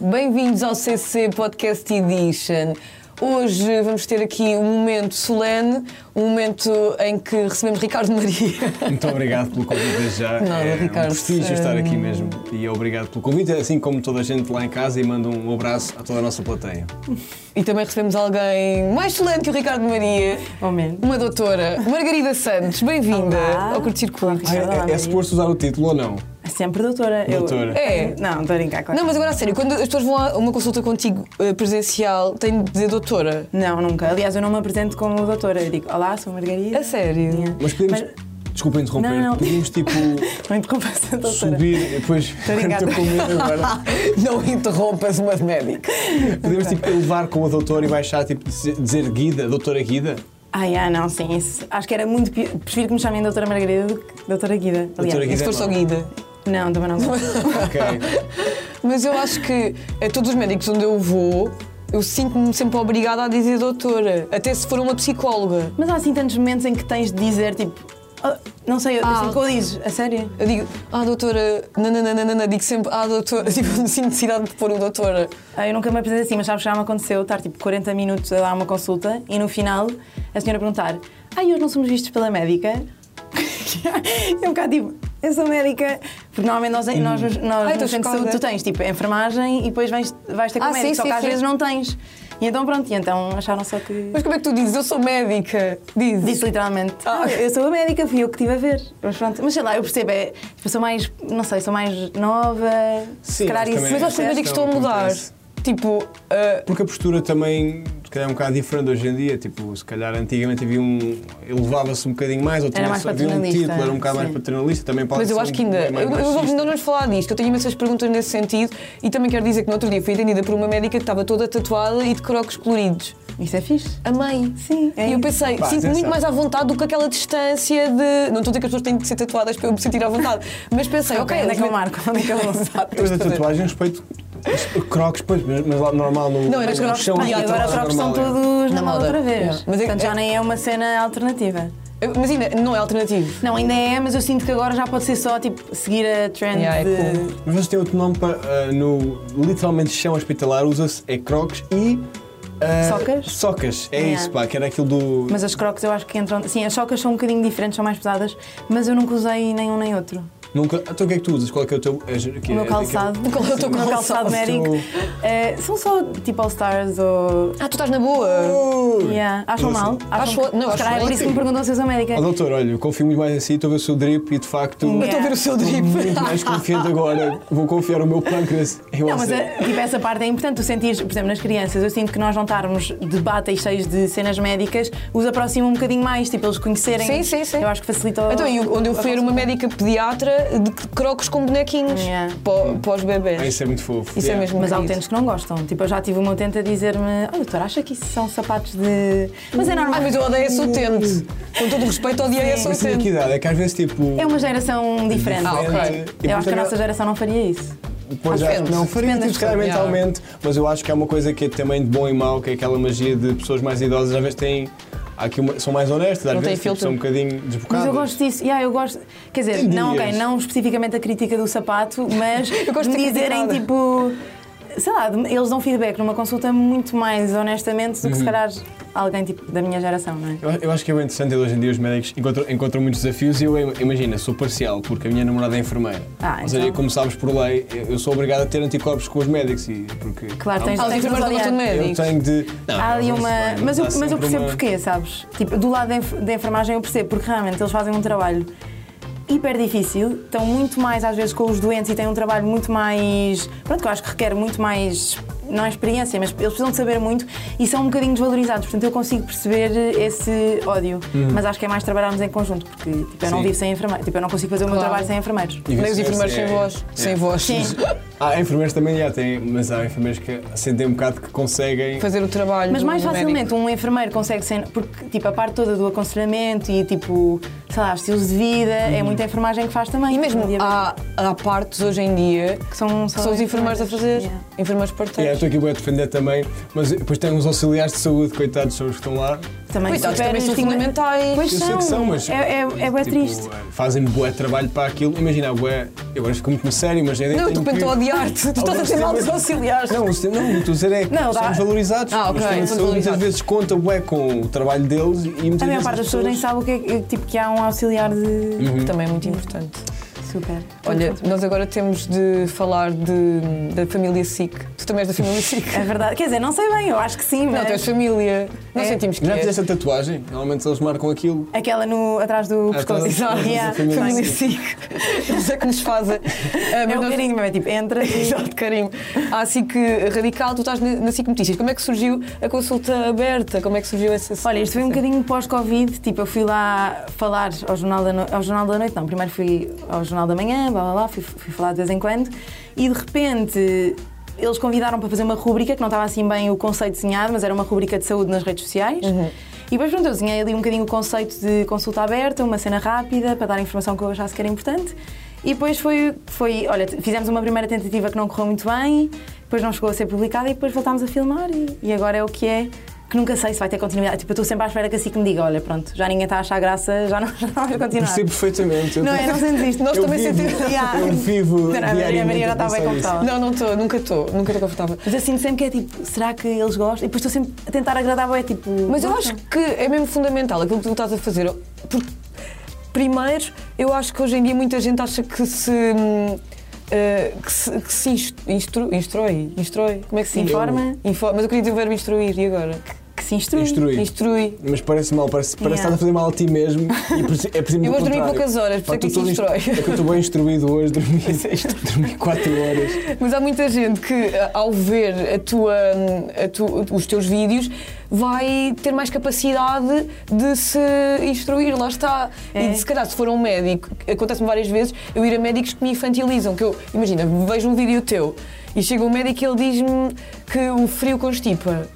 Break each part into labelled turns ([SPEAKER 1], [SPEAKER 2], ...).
[SPEAKER 1] Bem-vindos ao CC Podcast Edition. Hoje vamos ter aqui um momento solene, um momento em que recebemos Ricardo Maria.
[SPEAKER 2] Muito obrigado pelo convite desde já.
[SPEAKER 1] Nada,
[SPEAKER 2] é um
[SPEAKER 1] Ricardo,
[SPEAKER 2] prestígio estar
[SPEAKER 1] hum.
[SPEAKER 2] aqui mesmo. E obrigado pelo convite, assim como toda a gente lá em casa, e mando um abraço a toda a nossa plateia.
[SPEAKER 1] E também recebemos alguém mais solene que o Ricardo Maria,
[SPEAKER 3] Ao menos.
[SPEAKER 1] uma doutora, Margarida Santos. Bem-vinda
[SPEAKER 3] Olá.
[SPEAKER 1] ao Curto Circuito.
[SPEAKER 3] Olá, Ricardo.
[SPEAKER 2] é, é, é suposto usar o título ou não?
[SPEAKER 3] É sempre doutora. Eu-
[SPEAKER 2] Doutora.
[SPEAKER 1] É.
[SPEAKER 3] Não, estou a brincar com
[SPEAKER 1] Não, mas agora a sério, quando as pessoas vão a uma consulta contigo eh, presencial, têm de dizer doutora.
[SPEAKER 3] Não, nunca. Aliás, eu não me apresento como doutora. Eu digo, olá, sou Margarida.
[SPEAKER 1] A É sério?
[SPEAKER 3] Yeah.
[SPEAKER 2] Mas podemos. Desculpa interromper,
[SPEAKER 3] Não, não.
[SPEAKER 2] podíamos tipo
[SPEAKER 3] Não interrompa essa doutora.
[SPEAKER 2] subir e depois.
[SPEAKER 3] ligada.
[SPEAKER 2] Estou com medo agora.
[SPEAKER 1] Ah, Não interrompas uma médica.
[SPEAKER 2] Podemos tipo elevar com a doutora e baixar, tipo dizer guida, doutora guida?
[SPEAKER 3] Ai, ah, não, sim. Isso. Acho que era muito pior. Prefiro que me chamem doutora Margarida do que doutora Guida. Aliás,
[SPEAKER 2] Doutora
[SPEAKER 1] E
[SPEAKER 2] Guida.
[SPEAKER 1] se for só guida?
[SPEAKER 3] Não, também não gosto.
[SPEAKER 2] Ok.
[SPEAKER 1] Mas eu acho que a todos os médicos onde eu vou, eu sinto-me sempre obrigada a dizer doutora, até se for uma psicóloga.
[SPEAKER 3] mas há assim tantos momentos em que tens de dizer, tipo... "Ah, não sei, eu
[SPEAKER 1] Ah.
[SPEAKER 3] assim que eu dizes. A sério?
[SPEAKER 1] Eu digo, ah, doutora, nananana, digo sempre, ah, doutora, tipo, não sinto necessidade de pôr o doutora.
[SPEAKER 3] Ah, Eu nunca me apresentei assim, mas sabes que já me aconteceu estar tipo 40 minutos a dar uma consulta e no final a senhora perguntar: Ai, hoje não somos vistos pela médica? é um bocado tipo: Eu sou médica. Porque normalmente nós, nós, nós
[SPEAKER 1] Hum. Ai, então
[SPEAKER 3] no
[SPEAKER 1] estou
[SPEAKER 3] centro de saúde
[SPEAKER 1] chocada.
[SPEAKER 3] tu tens tipo enfermagem e depois vais, vais ter com
[SPEAKER 1] Ah,
[SPEAKER 3] o médico,
[SPEAKER 1] sim,
[SPEAKER 3] só
[SPEAKER 1] sim,
[SPEAKER 3] que às
[SPEAKER 1] sim.
[SPEAKER 3] vezes não tens. E então pronto, e então acharam só que.
[SPEAKER 1] Mas como é que tu dizes? Eu sou médica. Diz.
[SPEAKER 3] Disse literalmente,
[SPEAKER 1] Ah.
[SPEAKER 3] ah, eu sou a médica, fui eu que estive a ver. Mas pronto, mas sei lá, eu percebo, é, tipo, sou mais, não sei, sou mais nova,
[SPEAKER 2] Sim,
[SPEAKER 3] se calhar
[SPEAKER 2] mas
[SPEAKER 3] isso.
[SPEAKER 2] também-
[SPEAKER 1] Mas acho que é os
[SPEAKER 2] Essa
[SPEAKER 1] médicos estão a
[SPEAKER 2] não
[SPEAKER 1] mudar.
[SPEAKER 2] acontece.
[SPEAKER 1] Tipo, ah,
[SPEAKER 2] Porque a postura também, se calhar, é um bocado diferente hoje em dia. Tipo, se calhar antigamente havia um. elevava-se um bocadinho mais, ou tinha
[SPEAKER 3] mais
[SPEAKER 2] havia um
[SPEAKER 3] paternalista,
[SPEAKER 2] título, era um bocado mais
[SPEAKER 3] sim.
[SPEAKER 2] paternalista. Também pode
[SPEAKER 1] Mas eu
[SPEAKER 2] ser
[SPEAKER 1] acho
[SPEAKER 2] um
[SPEAKER 1] que ainda.
[SPEAKER 2] bem mais
[SPEAKER 1] Eu, eu vou-
[SPEAKER 2] machista.
[SPEAKER 1] ainda não vamos falar disto. Eu tenho imensas perguntas nesse sentido e também quero dizer que no outro dia fui atendida por uma médica que estava toda tatuada e de crocos coloridos.
[SPEAKER 3] Isso é fixe.
[SPEAKER 1] Amei.
[SPEAKER 3] Sim, é
[SPEAKER 1] E eu
[SPEAKER 3] isso.
[SPEAKER 1] pensei,
[SPEAKER 2] Pá,
[SPEAKER 1] sinto
[SPEAKER 2] atenção.
[SPEAKER 1] muito mais à vontade do que aquela distância de. Não estou a dizer que as pessoas têm de ser tatuadas para eu me sentir à vontade, mas Ah, pensei, ok,
[SPEAKER 3] onde é que eu
[SPEAKER 1] eles-
[SPEAKER 3] marco? Onde é que eu não sabe?
[SPEAKER 2] Eu da tatuagem respeito crocs, pois, mas mas lá normal no.
[SPEAKER 1] Não, era
[SPEAKER 2] no
[SPEAKER 1] crocs,
[SPEAKER 2] chão,
[SPEAKER 1] pá,
[SPEAKER 3] Ah, e
[SPEAKER 2] é
[SPEAKER 3] agora os
[SPEAKER 2] tatuagem
[SPEAKER 3] trocos são
[SPEAKER 2] normal, é.
[SPEAKER 3] todos
[SPEAKER 1] Na
[SPEAKER 3] na moda
[SPEAKER 1] moda.
[SPEAKER 3] outra vez.
[SPEAKER 1] Yeah. Mas é-
[SPEAKER 3] Portanto, já
[SPEAKER 1] é-
[SPEAKER 3] nem é uma cena alternativa.
[SPEAKER 1] Eu- Mas ainda não é alternativo.
[SPEAKER 3] Não, ainda é, mas eu sinto que agora já pode ser só tipo seguir a trend
[SPEAKER 1] Yeah, é
[SPEAKER 3] de.
[SPEAKER 1] cool.
[SPEAKER 2] Mas vocês têm outro nome para. ah, no literalmente chão hospitalar usa-se é crocs e. ah,
[SPEAKER 3] Socas?
[SPEAKER 2] Socas, é
[SPEAKER 3] Yeah.
[SPEAKER 2] isso, pá, que era aquilo do.
[SPEAKER 3] Mas as crocs eu acho que entram. Sim, as socas são um bocadinho diferentes, são mais pesadas, mas eu nunca usei nenhum nem outro.
[SPEAKER 2] Nunca. Então o que é que tu usas? Qual é que é o teu. é, que
[SPEAKER 3] O
[SPEAKER 2] é-
[SPEAKER 3] meu
[SPEAKER 2] é-
[SPEAKER 3] calçado.
[SPEAKER 1] Qual é o teu
[SPEAKER 3] o meu
[SPEAKER 1] calçado?
[SPEAKER 3] calçado médico.
[SPEAKER 2] Tu-
[SPEAKER 3] eh, são só tipo All-Stars ou.
[SPEAKER 1] Ah, tu estás na boa.
[SPEAKER 2] Ui!
[SPEAKER 3] Yeah. Acham
[SPEAKER 2] Não,
[SPEAKER 3] mal?
[SPEAKER 2] assim-
[SPEAKER 3] Acham...
[SPEAKER 1] Acho- não,
[SPEAKER 3] Se
[SPEAKER 1] acho
[SPEAKER 3] calhar é por isso que me
[SPEAKER 1] ótimo.
[SPEAKER 3] perguntam se eu sou médica.
[SPEAKER 2] Ó doutor, olha, eu confio muito mais em si, estou a ver o seu drip e de facto.
[SPEAKER 1] Eu estou a ver o seu drip.
[SPEAKER 2] Estou muito mais confiante agora. Vou confiar o meu pâncreas em
[SPEAKER 3] Não, mas
[SPEAKER 2] você.
[SPEAKER 3] é, tipo, essa parte é importante. Tu sentires, por exemplo, nas crianças, eu sinto que nós não estarmos de bata e cheios de cenas médicas os aproxima um bocadinho mais, tipo, eles conhecerem.
[SPEAKER 1] Sim, sim, sim.
[SPEAKER 3] Eu acho que facilita o-
[SPEAKER 1] Então, e onde eu fui era uma médica pediatra de crocos com bonequinhos
[SPEAKER 3] Yeah.
[SPEAKER 1] pó- para os
[SPEAKER 2] Ah,
[SPEAKER 1] bebés.
[SPEAKER 2] isso é muito fofo.
[SPEAKER 1] Isso é mesmo
[SPEAKER 3] Mas há
[SPEAKER 1] querido.
[SPEAKER 3] utentes que não gostam. Tipo, eu já tive uma utente a dizer-me: Ah, doutor, acha que isso são sapatos de. Mas é normal.
[SPEAKER 1] Ai, Ah, mas eu odeio esse utente. Com todo o respeito, odiei esse
[SPEAKER 2] Mas tinha que
[SPEAKER 1] utente.
[SPEAKER 2] idade? É que às vezes tipo. é
[SPEAKER 3] É uma geração diferente.
[SPEAKER 1] Ah, ok.
[SPEAKER 2] E
[SPEAKER 3] Eu
[SPEAKER 2] depois
[SPEAKER 3] acho que a
[SPEAKER 2] agora-
[SPEAKER 3] nossa geração não faria isso.
[SPEAKER 2] Pois já,
[SPEAKER 1] Depende.
[SPEAKER 2] não, faria
[SPEAKER 1] Depende
[SPEAKER 2] tipo, se calhar
[SPEAKER 1] das pessoas,
[SPEAKER 2] mentalmente, mas eu acho que há uma coisa que é também de bom e mau, que é aquela magia de pessoas mais idosas, às vezes têm. há Aqui uma- são mais honestas, às
[SPEAKER 1] Não têm
[SPEAKER 2] vezes tipo,
[SPEAKER 1] filtro.
[SPEAKER 2] são um bocadinho
[SPEAKER 3] Mas
[SPEAKER 2] desbocadas.
[SPEAKER 3] eu gosto disso. Yeah, eu gosto. Quer dizer,
[SPEAKER 2] Tem
[SPEAKER 3] não, ok,
[SPEAKER 2] dias.
[SPEAKER 3] não especificamente a crítica do sapato, mas
[SPEAKER 1] Eu gosto de
[SPEAKER 3] de me
[SPEAKER 1] ser
[SPEAKER 3] dizerem
[SPEAKER 1] criticada.
[SPEAKER 3] tipo. Sei lá, de- eles dão feedback numa consulta muito mais honestamente do que se calhar alguém tipo da minha geração, não é?
[SPEAKER 2] Eu, eu acho que é bem interessante hoje em dia os médicos encontram, encontram muitos desafios e eu im- imagina, sou parcial porque a minha namorada é enfermeira.
[SPEAKER 3] Ah,
[SPEAKER 2] Ou seja,
[SPEAKER 3] então.
[SPEAKER 2] como sabes por lei, eu- eu sou obrigado a ter anticorpos com os médicos e porque
[SPEAKER 3] Claro,
[SPEAKER 2] há-
[SPEAKER 3] tens-
[SPEAKER 1] Ah, os
[SPEAKER 3] Tens
[SPEAKER 1] enfermeiros não gostam de
[SPEAKER 3] avaliar.
[SPEAKER 2] eu
[SPEAKER 1] médicos.
[SPEAKER 2] tenho de. Não,
[SPEAKER 3] Há ali
[SPEAKER 2] não se
[SPEAKER 3] uma.
[SPEAKER 2] vai, não
[SPEAKER 3] mas, eu,
[SPEAKER 2] dá
[SPEAKER 3] mas eu
[SPEAKER 2] sempre
[SPEAKER 3] percebo
[SPEAKER 2] uma-
[SPEAKER 3] porquê, sabes? Tipo, do lado da enf- da enfermagem eu percebo, porque realmente eles fazem um trabalho hiper difícil, estão muito mais às vezes com os doentes e têm um trabalho muito mais. Pronto, que eu acho que requer muito mais. Não é experiência, mas eles precisam de saber muito e são um bocadinho desvalorizados. Portanto, eu consigo perceber esse ódio. Mas acho que é mais trabalharmos em conjunto, porque tipo, eu não
[SPEAKER 2] Hum. Sim.
[SPEAKER 3] vivo sem enfermeiros. Tipo, eu não consigo fazer o meu
[SPEAKER 1] Claro.
[SPEAKER 3] trabalho sem enfermeiros.
[SPEAKER 2] E
[SPEAKER 1] Nem os
[SPEAKER 2] vice-versa,
[SPEAKER 1] enfermeiros sem
[SPEAKER 2] é-
[SPEAKER 1] voz.
[SPEAKER 2] é.
[SPEAKER 1] Sem voz.
[SPEAKER 3] Sim.
[SPEAKER 2] Há enfermeiros também, já têm, mas há enfermeiros que sentem um bocado que conseguem.
[SPEAKER 1] Fazer o trabalho.
[SPEAKER 3] Mas mais
[SPEAKER 1] do
[SPEAKER 3] facilmente
[SPEAKER 1] médico.
[SPEAKER 3] um enfermeiro consegue ser. Porque, tipo, a parte toda do aconselhamento e, tipo, sei lá, estilos de vida, é
[SPEAKER 1] Uhum.
[SPEAKER 3] muita enfermagem que faz também.
[SPEAKER 1] E mesmo
[SPEAKER 3] Um dia-
[SPEAKER 1] há, há partes hoje em dia
[SPEAKER 3] que são,
[SPEAKER 1] que Ah, são os enfermeiros a fazer.
[SPEAKER 3] Yeah.
[SPEAKER 1] Enfermeiros parteiros.
[SPEAKER 2] E às estou aqui bem a defender também, mas depois tem uns auxiliares de saúde, coitados, são os que estão lá.
[SPEAKER 3] Também
[SPEAKER 1] Coitados,
[SPEAKER 3] super
[SPEAKER 1] também são
[SPEAKER 3] estigma-
[SPEAKER 1] fundamentais.
[SPEAKER 3] Pois
[SPEAKER 2] Eu sei que são, mas.
[SPEAKER 3] É, é, é bué
[SPEAKER 2] tipo,
[SPEAKER 3] triste.
[SPEAKER 2] eh, Fazem bué trabalho para aquilo. Imagina, é bué. Eu agora fico muito na sério, mas é.
[SPEAKER 1] Não, de
[SPEAKER 2] tenho
[SPEAKER 1] repente
[SPEAKER 2] que-
[SPEAKER 1] estou a odiar-te. Tu estás a
[SPEAKER 2] Alguém
[SPEAKER 1] ter mal dos
[SPEAKER 2] tem-
[SPEAKER 1] auxiliares.
[SPEAKER 2] Não, o sistema- não, o que estou a dizer é que
[SPEAKER 3] Não,
[SPEAKER 2] não,
[SPEAKER 3] dá-
[SPEAKER 2] somos valorizados.
[SPEAKER 1] Ah, ok,
[SPEAKER 2] Mas também
[SPEAKER 1] são
[SPEAKER 2] saúde muitas
[SPEAKER 1] valorizados.
[SPEAKER 2] vezes conta bué com o trabalho deles e muitas
[SPEAKER 3] A maior
[SPEAKER 2] vezes
[SPEAKER 3] parte
[SPEAKER 2] as
[SPEAKER 3] das pessoas nem sabe o que é, tipo, que há um auxiliar
[SPEAKER 2] Uhum.
[SPEAKER 3] de.
[SPEAKER 1] Que também é muito importante.
[SPEAKER 3] Uhum. Super.
[SPEAKER 1] Olha, nós agora temos de falar de, da família SIC. Tu também és da família SIC.
[SPEAKER 3] É verdade. Quer dizer, não sei bem, eu acho que sim,
[SPEAKER 1] Não, tu és
[SPEAKER 3] mas.
[SPEAKER 1] família. Não
[SPEAKER 3] É.
[SPEAKER 1] sentimos que
[SPEAKER 2] Já
[SPEAKER 1] és.
[SPEAKER 2] fizeste a tatuagem? Normalmente eles marcam aquilo.
[SPEAKER 3] Aquela no, atrás do
[SPEAKER 2] Atrás
[SPEAKER 3] pescoço.
[SPEAKER 2] do
[SPEAKER 1] Exato,
[SPEAKER 2] pescoço,
[SPEAKER 3] Yeah.
[SPEAKER 2] a família
[SPEAKER 1] família
[SPEAKER 2] SIC.
[SPEAKER 1] SIC. Eles é que nos fazem. Ah, mas
[SPEAKER 3] É um
[SPEAKER 1] nós-
[SPEAKER 3] carinho, mas é tipo, entra e.
[SPEAKER 1] Exato, carinho. Há a SIC Radical, tu estás na na SIC Notícias. Como é que surgiu a consulta aberta? Como é que surgiu essa
[SPEAKER 3] Olha, isto foi um bocadinho pós-Covid, tipo, eu fui lá falar ao Jornal da, no... ao Jornal da Noite, não, primeiro fui ao Jornal da Manhã, blá blá blá, fui, fui falar de vez em quando, e de repente eles convidaram para fazer uma rúbrica, que não estava assim bem o conceito desenhado, mas era uma rúbrica de saúde nas redes sociais. E depois, pronto, eu desenhei ali um bocadinho o conceito de consulta aberta, uma cena rápida, para dar a informação que eu achasse que era importante. E depois foi, foi olha, t- fizemos uma primeira tentativa que não correu muito bem, depois não chegou a ser publicada e depois voltámos a filmar e, e agora é o que é. Que nunca sei se vai ter continuidade. Tipo, eu estou sempre à espera que assim que me diga, olha, pronto, já ninguém está a achar graça, já não, já não vais continuar.
[SPEAKER 2] Percebo perfeitamente. Eu
[SPEAKER 3] Não é? Não sentes isto.
[SPEAKER 1] Nós
[SPEAKER 2] Eu
[SPEAKER 1] também
[SPEAKER 2] vivo-
[SPEAKER 1] sentimos.
[SPEAKER 3] Yeah.
[SPEAKER 2] Eu vivo.
[SPEAKER 3] Não, não, a Maria, a
[SPEAKER 2] diariamente
[SPEAKER 3] Maria
[SPEAKER 2] a
[SPEAKER 3] já está bem
[SPEAKER 2] pensar nisso.
[SPEAKER 3] confortável.
[SPEAKER 1] Não, não estou, nunca estou, nunca estou confortável.
[SPEAKER 3] Mas eu sinto sempre que é tipo, será que eles gostam? E depois estou sempre a tentar agradar, é tipo.
[SPEAKER 1] Mas eu
[SPEAKER 3] gostam?
[SPEAKER 1] acho que é mesmo fundamental aquilo que tu estás a fazer. Porque, primeiro, eu acho que hoje em dia muita gente acha que se. hum, eh, que se, que se instru- instru- instrui, instrui, como é que se diz?
[SPEAKER 3] Informa.
[SPEAKER 1] Info- mas eu queria dizer o verbo instruir e agora?
[SPEAKER 3] Que se instrui.
[SPEAKER 2] Instruir.
[SPEAKER 1] Instrui.
[SPEAKER 2] Mas parece mal, parece, parece que
[SPEAKER 3] Yeah.
[SPEAKER 2] estás a fazer mal a ti mesmo e preci- é preciso
[SPEAKER 1] Eu
[SPEAKER 2] do
[SPEAKER 1] hoje dormi
[SPEAKER 2] contrário.
[SPEAKER 1] poucas horas, por isso
[SPEAKER 2] Pá,
[SPEAKER 1] é que
[SPEAKER 2] tu
[SPEAKER 1] isso
[SPEAKER 2] todo
[SPEAKER 1] destrói.
[SPEAKER 2] instru- É que eu estou bem instruído hoje, dormi, dormi 4 horas.
[SPEAKER 1] Mas há muita gente que, a- ao ver a tua, hum, a tu- os teus vídeos, vai ter mais capacidade de se instruir, lá está.
[SPEAKER 3] É.
[SPEAKER 1] E se calhar, se for um médico, acontece-me várias vezes, eu ir a médicos que me infantilizam. Que eu, imagina, vejo um vídeo teu e chega um médico e ele diz-me que o frio constipa.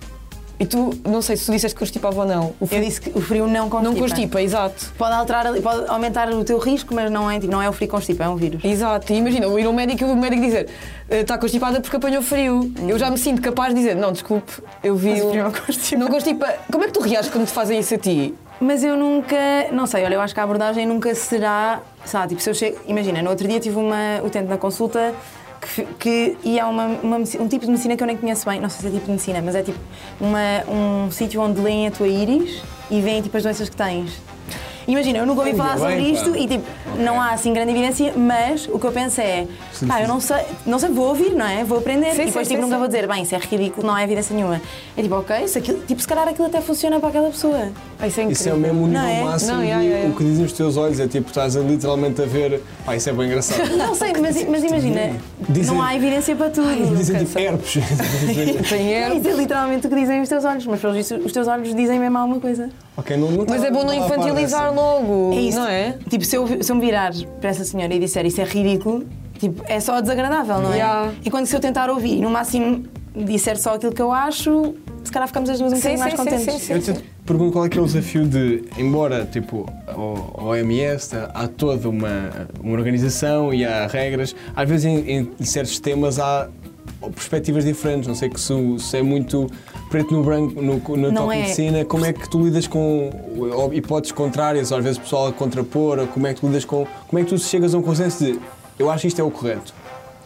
[SPEAKER 1] E tu, não sei se tu disseste que constipava ou não. O frio
[SPEAKER 3] Eu disse que o frio não constipa.
[SPEAKER 1] não constipa, exato.
[SPEAKER 3] Pode, alterar, ali- pode aumentar o teu risco, mas não é, tipo, não é o frio constipa, é um vírus.
[SPEAKER 1] Exato, e imagina, eu ir a um médico e o médico dizer "Eh, está constipada porque apanhou frio. Eu já me sinto capaz de dizer, não, desculpe, eu vi.
[SPEAKER 3] Mas o
[SPEAKER 1] um-
[SPEAKER 3] frio é não constipa.
[SPEAKER 1] Não constipa. Como é que tu reages quando te fazem isso a ti?
[SPEAKER 3] Mas eu nunca, não sei, olha, eu acho que a abordagem nunca será, sei lá, tipo, se eu chego, imagina, no outro dia tive uma utente na consulta que, fi- que ia a uma, uma medici- um tipo de medicina que eu nem conheço bem, não sei se é tipo de medicina, mas é tipo uma- um sítio onde leem a tua íris e veem tipo as doenças que tens. Imagina, eu nunca ouvi
[SPEAKER 2] Olha,
[SPEAKER 3] falar sobre
[SPEAKER 2] bem,
[SPEAKER 3] isto
[SPEAKER 2] pá.
[SPEAKER 3] e tipo, não há assim grande evidência, mas o que eu penso é, pá, eu não sei, não sei, vou ouvir, não é? Vou aprender
[SPEAKER 1] Sim,
[SPEAKER 3] e depois
[SPEAKER 1] sim,
[SPEAKER 3] tipo,
[SPEAKER 1] sim,
[SPEAKER 3] nunca
[SPEAKER 1] sim.
[SPEAKER 3] vou dizer, bem, isso é ridículo, não há evidência nenhuma. É tipo, ok, se, aquilo, tipo, se calhar aquilo até funciona para aquela pessoa.
[SPEAKER 1] Ah, Isso é incrível.
[SPEAKER 2] Isso é o mesmo nível
[SPEAKER 3] Não é?
[SPEAKER 2] máximo
[SPEAKER 1] Não,
[SPEAKER 2] de
[SPEAKER 1] yeah, yeah,
[SPEAKER 2] o que dizem os teus olhos. É tipo, estás a literalmente a ver. Pá, isso é bem engraçado.
[SPEAKER 3] Não sei, mas, mas imagina,
[SPEAKER 2] Dizem-
[SPEAKER 3] não há evidência para tudo.
[SPEAKER 2] Dizem tipo
[SPEAKER 1] cansa.
[SPEAKER 2] herpes.
[SPEAKER 1] Tem erro.
[SPEAKER 3] Isso é literalmente o que dizem os teus olhos, mas pelos vistos os teus olhos dizem mesmo alguma coisa.
[SPEAKER 2] ok, não, não
[SPEAKER 1] Mas
[SPEAKER 2] tá-
[SPEAKER 1] é bom não
[SPEAKER 2] tá a par
[SPEAKER 1] infantilizar
[SPEAKER 2] dessa.
[SPEAKER 1] logo,
[SPEAKER 3] É isso.
[SPEAKER 1] não é?
[SPEAKER 3] Tipo, se eu, se eu me virar para essa senhora e disser isso é ridículo, tipo, é só desagradável, não é?
[SPEAKER 1] Yeah.
[SPEAKER 3] E quando se eu tentar ouvir, no máximo disser só aquilo que eu acho, se calhar ficamos as duas um
[SPEAKER 1] Sim,
[SPEAKER 3] bocadinho mais
[SPEAKER 1] sim, sim,
[SPEAKER 3] contentes.
[SPEAKER 1] sim, sim.
[SPEAKER 2] Eu te pergunto qual é que é o desafio de, embora tipo a OMS tá- há toda uma, uma organização e há regras, às vezes em, em- em certos temas há perspectivas diferentes. Não sei que se, o- se é muito preto no branco no, na
[SPEAKER 3] Não
[SPEAKER 2] tua
[SPEAKER 3] é.
[SPEAKER 2] medicina, como é que tu lidas com ou, hipóteses contrárias, ou às vezes o pessoal a contrapor, ou como é que tu lidas com. Como é que tu chegas a um consenso de eu acho que isto é o correto?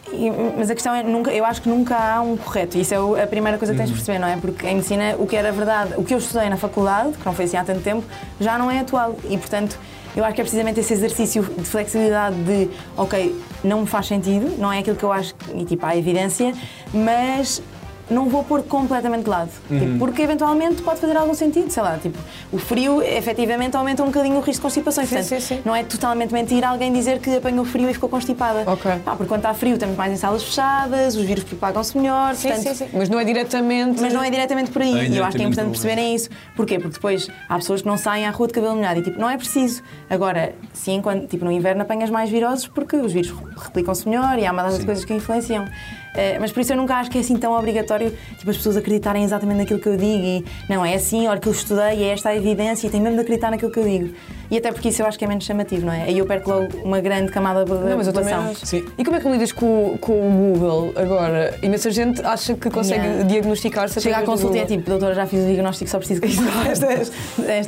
[SPEAKER 3] E- mas a questão é, nunca, eu acho que nunca há um correto. Isso é o- a primeira coisa que
[SPEAKER 1] Uhum.
[SPEAKER 3] tens de perceber, não é? Porque em medicina, o que era verdade, o que eu estudei na faculdade, que não foi assim há tanto tempo, já não é atual. E, portanto, eu acho que é precisamente esse exercício de flexibilidade de, ok, não me faz sentido, não é aquilo que eu acho, que- e tipo, há evidência, mas não vou pôr completamente de lado.
[SPEAKER 1] Uhum.
[SPEAKER 3] Tipo, porque eventualmente pode fazer algum sentido, sei lá, tipo, o frio efetivamente aumenta um bocadinho o risco de constipação. E,
[SPEAKER 1] Sim,
[SPEAKER 3] portanto,
[SPEAKER 1] sim, sim.
[SPEAKER 3] não é totalmente mentira alguém dizer que apanhou frio e ficou constipada.
[SPEAKER 1] Ok.
[SPEAKER 3] Pá, porque quando está frio estamos mais em salas fechadas, os vírus propagam-se melhor,
[SPEAKER 1] Sim,
[SPEAKER 3] portanto,
[SPEAKER 1] sim, sim. Mas não é diretamente.
[SPEAKER 3] mas não é diretamente por aí.
[SPEAKER 2] Não é
[SPEAKER 3] e eu acho
[SPEAKER 2] diretamente
[SPEAKER 3] que é importante
[SPEAKER 2] por aí.
[SPEAKER 3] perceberem isso. Porquê? Porque depois há pessoas que não saem à rua de cabelo molhado e tipo, não é preciso. Agora, sim, quando, tipo, no inverno apanhas mais viroses porque os vírus replicam-se melhor e há uma data de coisas que influenciam. Eh, mas por isso eu nunca acho que é assim tão obrigatório tipo, as pessoas acreditarem exatamente naquilo que eu digo e não, é assim, olha que eu estudei, é esta a evidência e tem mesmo de acreditar naquilo que eu digo. E até porque isso eu acho que é menos chamativo, não é? Aí eu perco logo uma grande camada da
[SPEAKER 1] Não, mas eu também
[SPEAKER 3] população.
[SPEAKER 1] acho.
[SPEAKER 2] Sim.
[SPEAKER 1] E como é que lidas com, com o Google agora? Imensa gente acha que consegue
[SPEAKER 3] Yeah.
[SPEAKER 1] diagnosticar-se
[SPEAKER 3] Chega à
[SPEAKER 1] através do
[SPEAKER 3] consulta e é
[SPEAKER 1] Google.
[SPEAKER 3] tipo, doutora, já fiz o diagnóstico, só preciso que estes,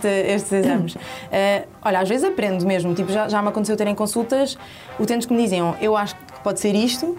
[SPEAKER 3] estes exames. Eh, olha, às vezes aprendo mesmo, tipo, já, já me aconteceu terem consultas, utentes que me dizem, "Oh, eu acho que pode ser isto,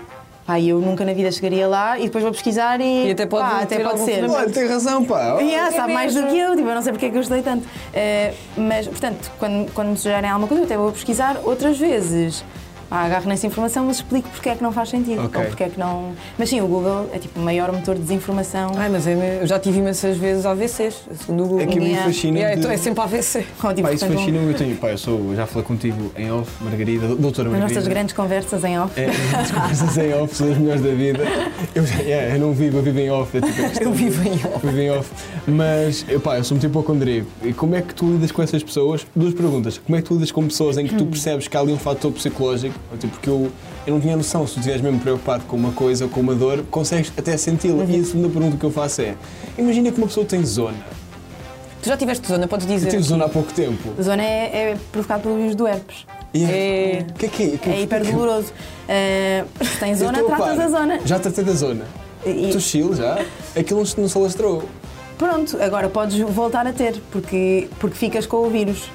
[SPEAKER 3] pá, eu nunca na vida chegaria lá, e depois vou pesquisar e,
[SPEAKER 1] E até pode
[SPEAKER 3] pá, até
[SPEAKER 1] ter
[SPEAKER 3] pode
[SPEAKER 1] algum
[SPEAKER 3] ser.
[SPEAKER 1] fundamento.
[SPEAKER 2] Olha, tem razão, pá.
[SPEAKER 3] Yeah,
[SPEAKER 1] é
[SPEAKER 3] sabe mais do
[SPEAKER 1] mesmo.
[SPEAKER 3] que eu, tipo, eu não sei porque é que eu estudei tanto. Eh, mas, portanto, quando, quando me sugerem alguma coisa, eu até vou pesquisar outras vezes. Pá, agarro nessa informação, mas explico porque é que não faz sentido.
[SPEAKER 2] Ok.
[SPEAKER 3] Ou porque é que não. Mas sim, o Google é tipo o maior motor de desinformação.
[SPEAKER 1] Ai, mas é mesmo. eu já tive imensas vezes AVCs, segundo o Google.
[SPEAKER 2] É que a mim
[SPEAKER 3] Yeah.
[SPEAKER 2] fascina.
[SPEAKER 1] Yeah,
[SPEAKER 2] de-
[SPEAKER 1] então é sempre AVC.
[SPEAKER 3] Ou, tipo,
[SPEAKER 2] Pá, isso
[SPEAKER 3] portanto,
[SPEAKER 2] fascina-me. Eu tenho, pá, eu sou, já falei contigo em off, Margarida, doutora
[SPEAKER 3] Nas
[SPEAKER 2] Margarida.
[SPEAKER 3] nossas grandes conversas em off.
[SPEAKER 2] É, as conversas em off são as melhores da vida. Eu, já- é, eu não vivo, eu vivo em off. É tipo,
[SPEAKER 1] Eu vivo em
[SPEAKER 2] eu vivo em off. Mas, eu, pá, eu sou muito hipocondríaco. E como é que tu lidas com essas pessoas? Duas perguntas. Como é que tu lidas com pessoas em que
[SPEAKER 1] Hum.
[SPEAKER 2] tu percebes que há ali um fator psicológico? Ou, Tipo, porque eu, eu não tinha noção se tu estiveres mesmo preocupado com uma coisa ou com uma dor, consegues até senti-la.
[SPEAKER 1] Uhum.
[SPEAKER 2] E a segunda pergunta que eu faço é: imagina que uma pessoa tem zona.
[SPEAKER 1] Tu já tiveste zona, podes
[SPEAKER 2] Eu
[SPEAKER 1] dizer.
[SPEAKER 2] tive zona há pouco tempo.
[SPEAKER 3] A zona é, é provocada pelo vírus do herpes.
[SPEAKER 2] E
[SPEAKER 1] É.
[SPEAKER 2] O que é que é?
[SPEAKER 3] É hiper doloroso. Uh, se tem zona,
[SPEAKER 2] Eu estou a
[SPEAKER 3] tratas
[SPEAKER 2] par.
[SPEAKER 3] a zona.
[SPEAKER 2] Já tratei da zona.
[SPEAKER 3] E-
[SPEAKER 2] Tu chill já? Aquilo não se alastrou.
[SPEAKER 3] Pronto, agora podes voltar a ter, porque, porque ficas com o vírus.